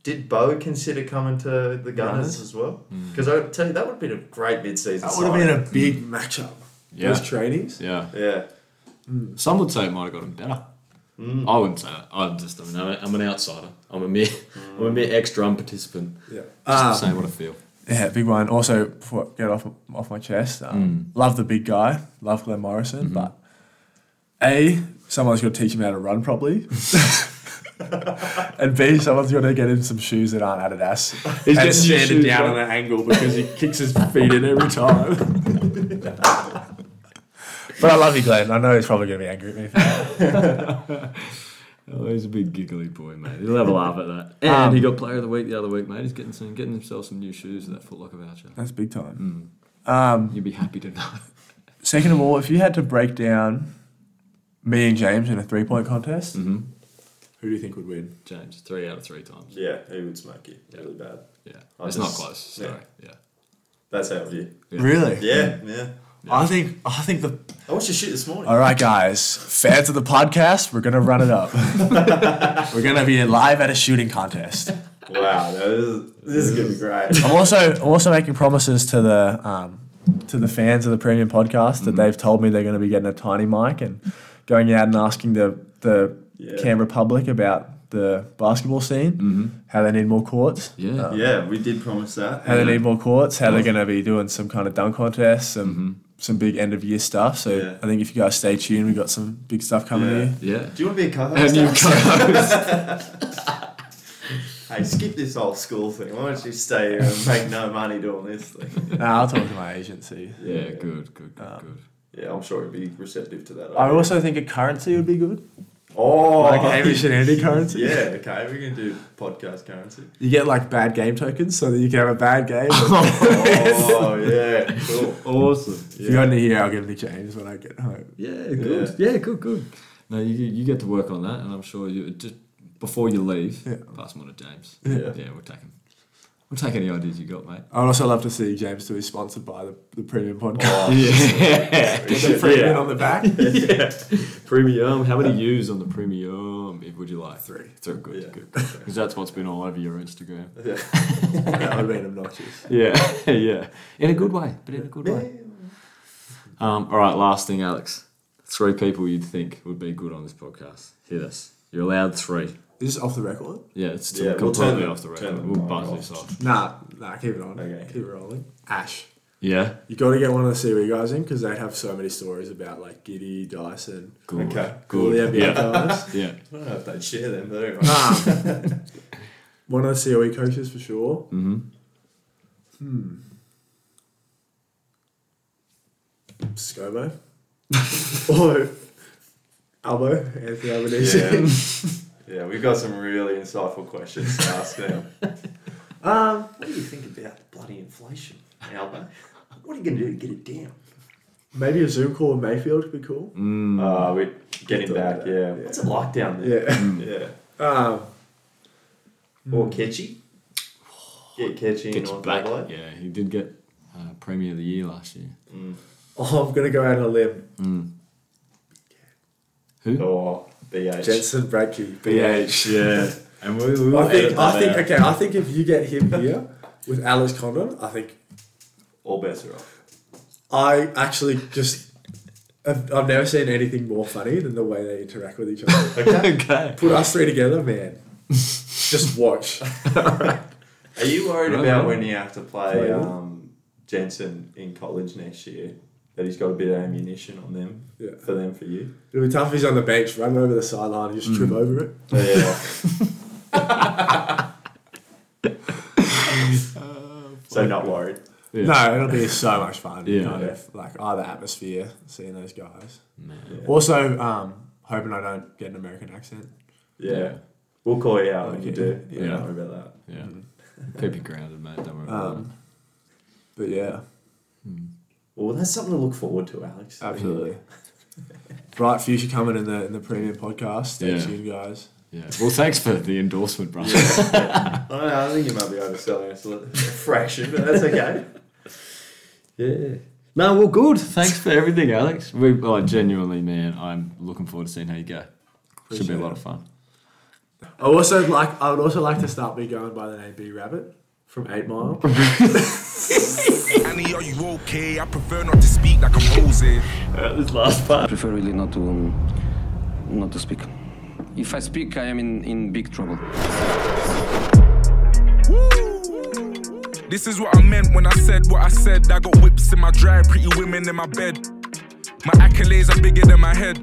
[SPEAKER 2] did Bo consider coming to the Gunners
[SPEAKER 6] Gunners? Hmm.
[SPEAKER 2] as well? Because I tell you, that would have been a great mid-season.
[SPEAKER 6] That would have been a big matchup.
[SPEAKER 3] Yeah.
[SPEAKER 6] Those trainings.
[SPEAKER 3] Yeah.
[SPEAKER 2] been a yeah.
[SPEAKER 3] Some would say it might have gotten better. I wouldn't say that. I'm just I'm an, I'm an outsider. I'm a mere I'm a mere ex drum participant.
[SPEAKER 6] Yeah.
[SPEAKER 3] Just
[SPEAKER 6] Um,
[SPEAKER 3] saying what I feel.
[SPEAKER 6] yeah, big one. Also, before I get off off my chest,
[SPEAKER 3] Mm.
[SPEAKER 6] um, love the big guy. Love Glenn Morrison,
[SPEAKER 3] Mm-hmm.
[SPEAKER 6] but A, someone's got to teach him how to run properly. And B, someone's got to get him some shoes that aren't Adidas. He's
[SPEAKER 3] getting his shoes wrong.
[SPEAKER 6] an angle because he kicks his feet in every time. but I love you, Glenn. I know he's probably going to be angry at me for that.
[SPEAKER 3] Oh, he's a big giggly boy, mate. He'll have a laugh at that. And
[SPEAKER 6] Um,
[SPEAKER 3] he got player of the week the other week, mate. He's getting some, getting himself some new shoes with that Foot Locker voucher.
[SPEAKER 6] That's big time. Um,
[SPEAKER 3] You'd be happy to know.
[SPEAKER 6] Second of all, if you had to break down me and James in a three point contest,
[SPEAKER 2] Mm-hmm.
[SPEAKER 6] who do you think would win?
[SPEAKER 3] James, three out of three times.
[SPEAKER 2] Yeah, he would smoke you really bad.
[SPEAKER 3] Yeah.
[SPEAKER 2] I
[SPEAKER 3] it's not
[SPEAKER 2] just-
[SPEAKER 3] close. Sorry. Yeah.
[SPEAKER 2] That's how it is.
[SPEAKER 6] Really?
[SPEAKER 2] Yeah, yeah.
[SPEAKER 6] I think I think the
[SPEAKER 2] I watched your shit this morning.
[SPEAKER 6] All right, guys, fans of the podcast, we're gonna run it up. we're gonna be live at a shooting contest.
[SPEAKER 2] Wow, no, this is, this is gonna be great.
[SPEAKER 6] I'm also I'm also making promises to the um, to the fans of the Premium Podcast that they've told me they're going to be getting a tiny mic and going out and asking the the Canberra public about the basketball scene, how they need more courts,
[SPEAKER 3] Yeah.
[SPEAKER 2] yeah, we did promise that.
[SPEAKER 6] how they need more courts, Mm-hmm. how they're going to be doing some kind of dunk contests, some some big end of year stuff. So
[SPEAKER 2] Yeah.
[SPEAKER 6] I think if you guys stay tuned, we have got some big stuff coming
[SPEAKER 2] Yeah.
[SPEAKER 6] here.
[SPEAKER 3] Yeah.
[SPEAKER 2] Do you want to be a
[SPEAKER 3] And
[SPEAKER 2] co-host?
[SPEAKER 3] you
[SPEAKER 2] Alex?
[SPEAKER 3] co-host.
[SPEAKER 2] hey, skip this old school thing. Why don't you stay here and make no money doing this thing?
[SPEAKER 6] Nah, I'll talk to my agency.
[SPEAKER 3] yeah. Good. Good. Good. good.
[SPEAKER 2] Yeah, I'm sure he'd be receptive to that.
[SPEAKER 6] I also think a currency would be good,
[SPEAKER 2] oh,
[SPEAKER 6] like an Hamish and Andy currency.
[SPEAKER 2] yeah. Okay, we can do podcast currency.
[SPEAKER 6] You get like bad game tokens so that you can have a bad game.
[SPEAKER 2] Oh yeah, cool.
[SPEAKER 3] Awesome.
[SPEAKER 6] If you're only here, I'll give it to James when I get home.
[SPEAKER 3] Yeah, good. Yeah, good, good. No, you, you get to work on that, and I'm sure you just before you leave, pass them on to James. Yeah, yeah, we'll take 'em. We'll take any ideas you got, mate.
[SPEAKER 6] I'd also love to see James to be sponsored by the, the premium podcast.
[SPEAKER 3] Yeah,
[SPEAKER 6] Get the premium
[SPEAKER 3] Oh.
[SPEAKER 6] on the back.
[SPEAKER 3] yeah. Premium. How many U's on the premium? If would you like three? Three. Good.
[SPEAKER 2] Yeah.
[SPEAKER 3] Good. Because that's what's been all over your Instagram.
[SPEAKER 6] that would have been obnoxious.
[SPEAKER 3] Yeah, yeah. In a good way, but in a good way. Um, all right, last thing, Alex. Three people you'd think would be good on this podcast. Hit us. You're allowed three.
[SPEAKER 6] Is this off the record?
[SPEAKER 3] Yeah, it's
[SPEAKER 2] Yeah,
[SPEAKER 3] still
[SPEAKER 2] we'll
[SPEAKER 3] completely
[SPEAKER 2] turn the-
[SPEAKER 3] off the
[SPEAKER 2] turn the
[SPEAKER 3] record. We'll
[SPEAKER 2] mic
[SPEAKER 3] buzz
[SPEAKER 2] off.
[SPEAKER 3] this off.
[SPEAKER 6] Nah, nah, keep it on.
[SPEAKER 2] Okay.
[SPEAKER 6] Keep it rolling. Ash.
[SPEAKER 3] Yeah.
[SPEAKER 6] You got to get one of the Seaway guys in because they have so many stories about like Giddy, Dyson,
[SPEAKER 3] Good.
[SPEAKER 2] Okay.
[SPEAKER 6] all the
[SPEAKER 3] Good.
[SPEAKER 6] NBA
[SPEAKER 3] Yeah.
[SPEAKER 6] guys.
[SPEAKER 3] Yeah.
[SPEAKER 2] I don't know if they'd share them, but anyway.
[SPEAKER 6] Um, one of the COE coaches for sure. Mm-hmm. Hmm. Scobo. or Albo, Anthony Albanese.
[SPEAKER 2] Yeah. yeah, we've got some really insightful questions to ask them.
[SPEAKER 6] Um,
[SPEAKER 2] What do you think about bloody inflation, Albo? What are you going to do to get it down?
[SPEAKER 6] maybe a Zoom call with Mayfield would be cool.
[SPEAKER 2] Uh, we get him back, yeah. What's it like down there?
[SPEAKER 6] Yeah.
[SPEAKER 2] Yeah. Mm.
[SPEAKER 6] Um,
[SPEAKER 2] Or Ketchy. Get Ketchy in
[SPEAKER 3] Gets
[SPEAKER 2] on
[SPEAKER 3] back.
[SPEAKER 2] Adelaide.
[SPEAKER 3] Yeah, he did get uh, Premier of the Year last year.
[SPEAKER 6] oh, I'm going to go out on a limb.
[SPEAKER 3] Who?
[SPEAKER 2] Or BH.
[SPEAKER 6] Jensen Bradkey, BH.
[SPEAKER 2] BH, yeah. And we, we will
[SPEAKER 6] I
[SPEAKER 2] edit
[SPEAKER 6] think,
[SPEAKER 2] that
[SPEAKER 6] I think,
[SPEAKER 2] out.
[SPEAKER 6] okay, I think if you get him here with Alex Condon, I think
[SPEAKER 2] All bets are off.
[SPEAKER 6] I actually just I've, I've never seen anything more funny than the way they interact with each other.
[SPEAKER 3] Okay.
[SPEAKER 6] Put us three together, man. just watch.
[SPEAKER 2] Are you worried
[SPEAKER 3] Right,
[SPEAKER 2] about
[SPEAKER 3] yeah.
[SPEAKER 2] when you have to play
[SPEAKER 6] Play what?
[SPEAKER 2] um, Jensen in college next year? That he's got a bit of ammunition on them
[SPEAKER 6] Yeah.
[SPEAKER 2] for them for you.
[SPEAKER 6] It'll be tough if he's on the bench, run over the sideline, and just
[SPEAKER 3] Mm.
[SPEAKER 6] trip over it.
[SPEAKER 2] Yeah. so not worried.
[SPEAKER 3] Yeah.
[SPEAKER 6] No, it'll be so much fun.
[SPEAKER 3] Yeah.
[SPEAKER 6] kind
[SPEAKER 3] Yeah.
[SPEAKER 6] of like oh, the atmosphere, seeing those guys. Also, um, hoping I don't get an American accent.
[SPEAKER 2] Yeah.
[SPEAKER 3] Yeah.
[SPEAKER 2] We'll call you out when you
[SPEAKER 6] Okay.
[SPEAKER 2] do. Yeah.
[SPEAKER 3] Yeah.
[SPEAKER 2] Don't worry about
[SPEAKER 3] Yeah. Keep it grounded, mate. Don't worry about
[SPEAKER 6] Um, But yeah,
[SPEAKER 2] that. Well, that's something to look forward to, Alex.
[SPEAKER 6] absolutely. Bright future coming in the in the premium podcast. Stay
[SPEAKER 3] Yeah.
[SPEAKER 6] tuned, guys.
[SPEAKER 3] it. Yeah. Well, thanks for the endorsement, brother.
[SPEAKER 2] I, don't know, I think you might be overselling us a little- a fraction, but that's okay.
[SPEAKER 3] Yeah. No, well, good. Thanks for everything, Alex. We like genuinely, man. I'm looking forward to seeing how you go. Should be a lot of fun.
[SPEAKER 6] I also like. I would also like to start me going by the name B Rabbit from Eight Mile.
[SPEAKER 10] Annie, are you okay? I prefer not to speak like I'm posing.
[SPEAKER 3] this last part.
[SPEAKER 11] prefer really not to not to speak. If I speak, I am in, in big trouble.
[SPEAKER 10] This is what I meant when I said what I said. I got whips in my drive, pretty women in my bed. My accolades are bigger than my head.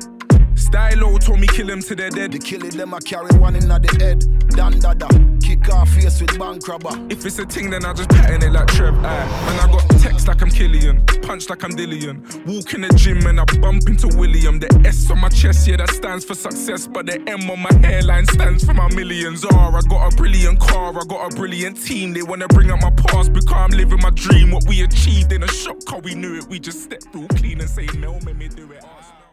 [SPEAKER 10] Stylo told me kill him to their dead.
[SPEAKER 12] The killing them, I carry one in the head. Dan dada,
[SPEAKER 13] kick off face with bank robber.
[SPEAKER 10] If it's a ting, then I just pattern it like Trev. Aye. Man, I got text like I'm Killian, punch like I'm Dillian. Walk in the gym and I bump into William. The S on my chest, yeah, that stands for success, but the M on my hairline stands for my millions. R, I got a brilliant car, I got a brilliant team. They wanna bring up my past because I'm living my dream. What we achieved in a shock, cause we knew it. We just stepped all clean and say, Mel made me do it.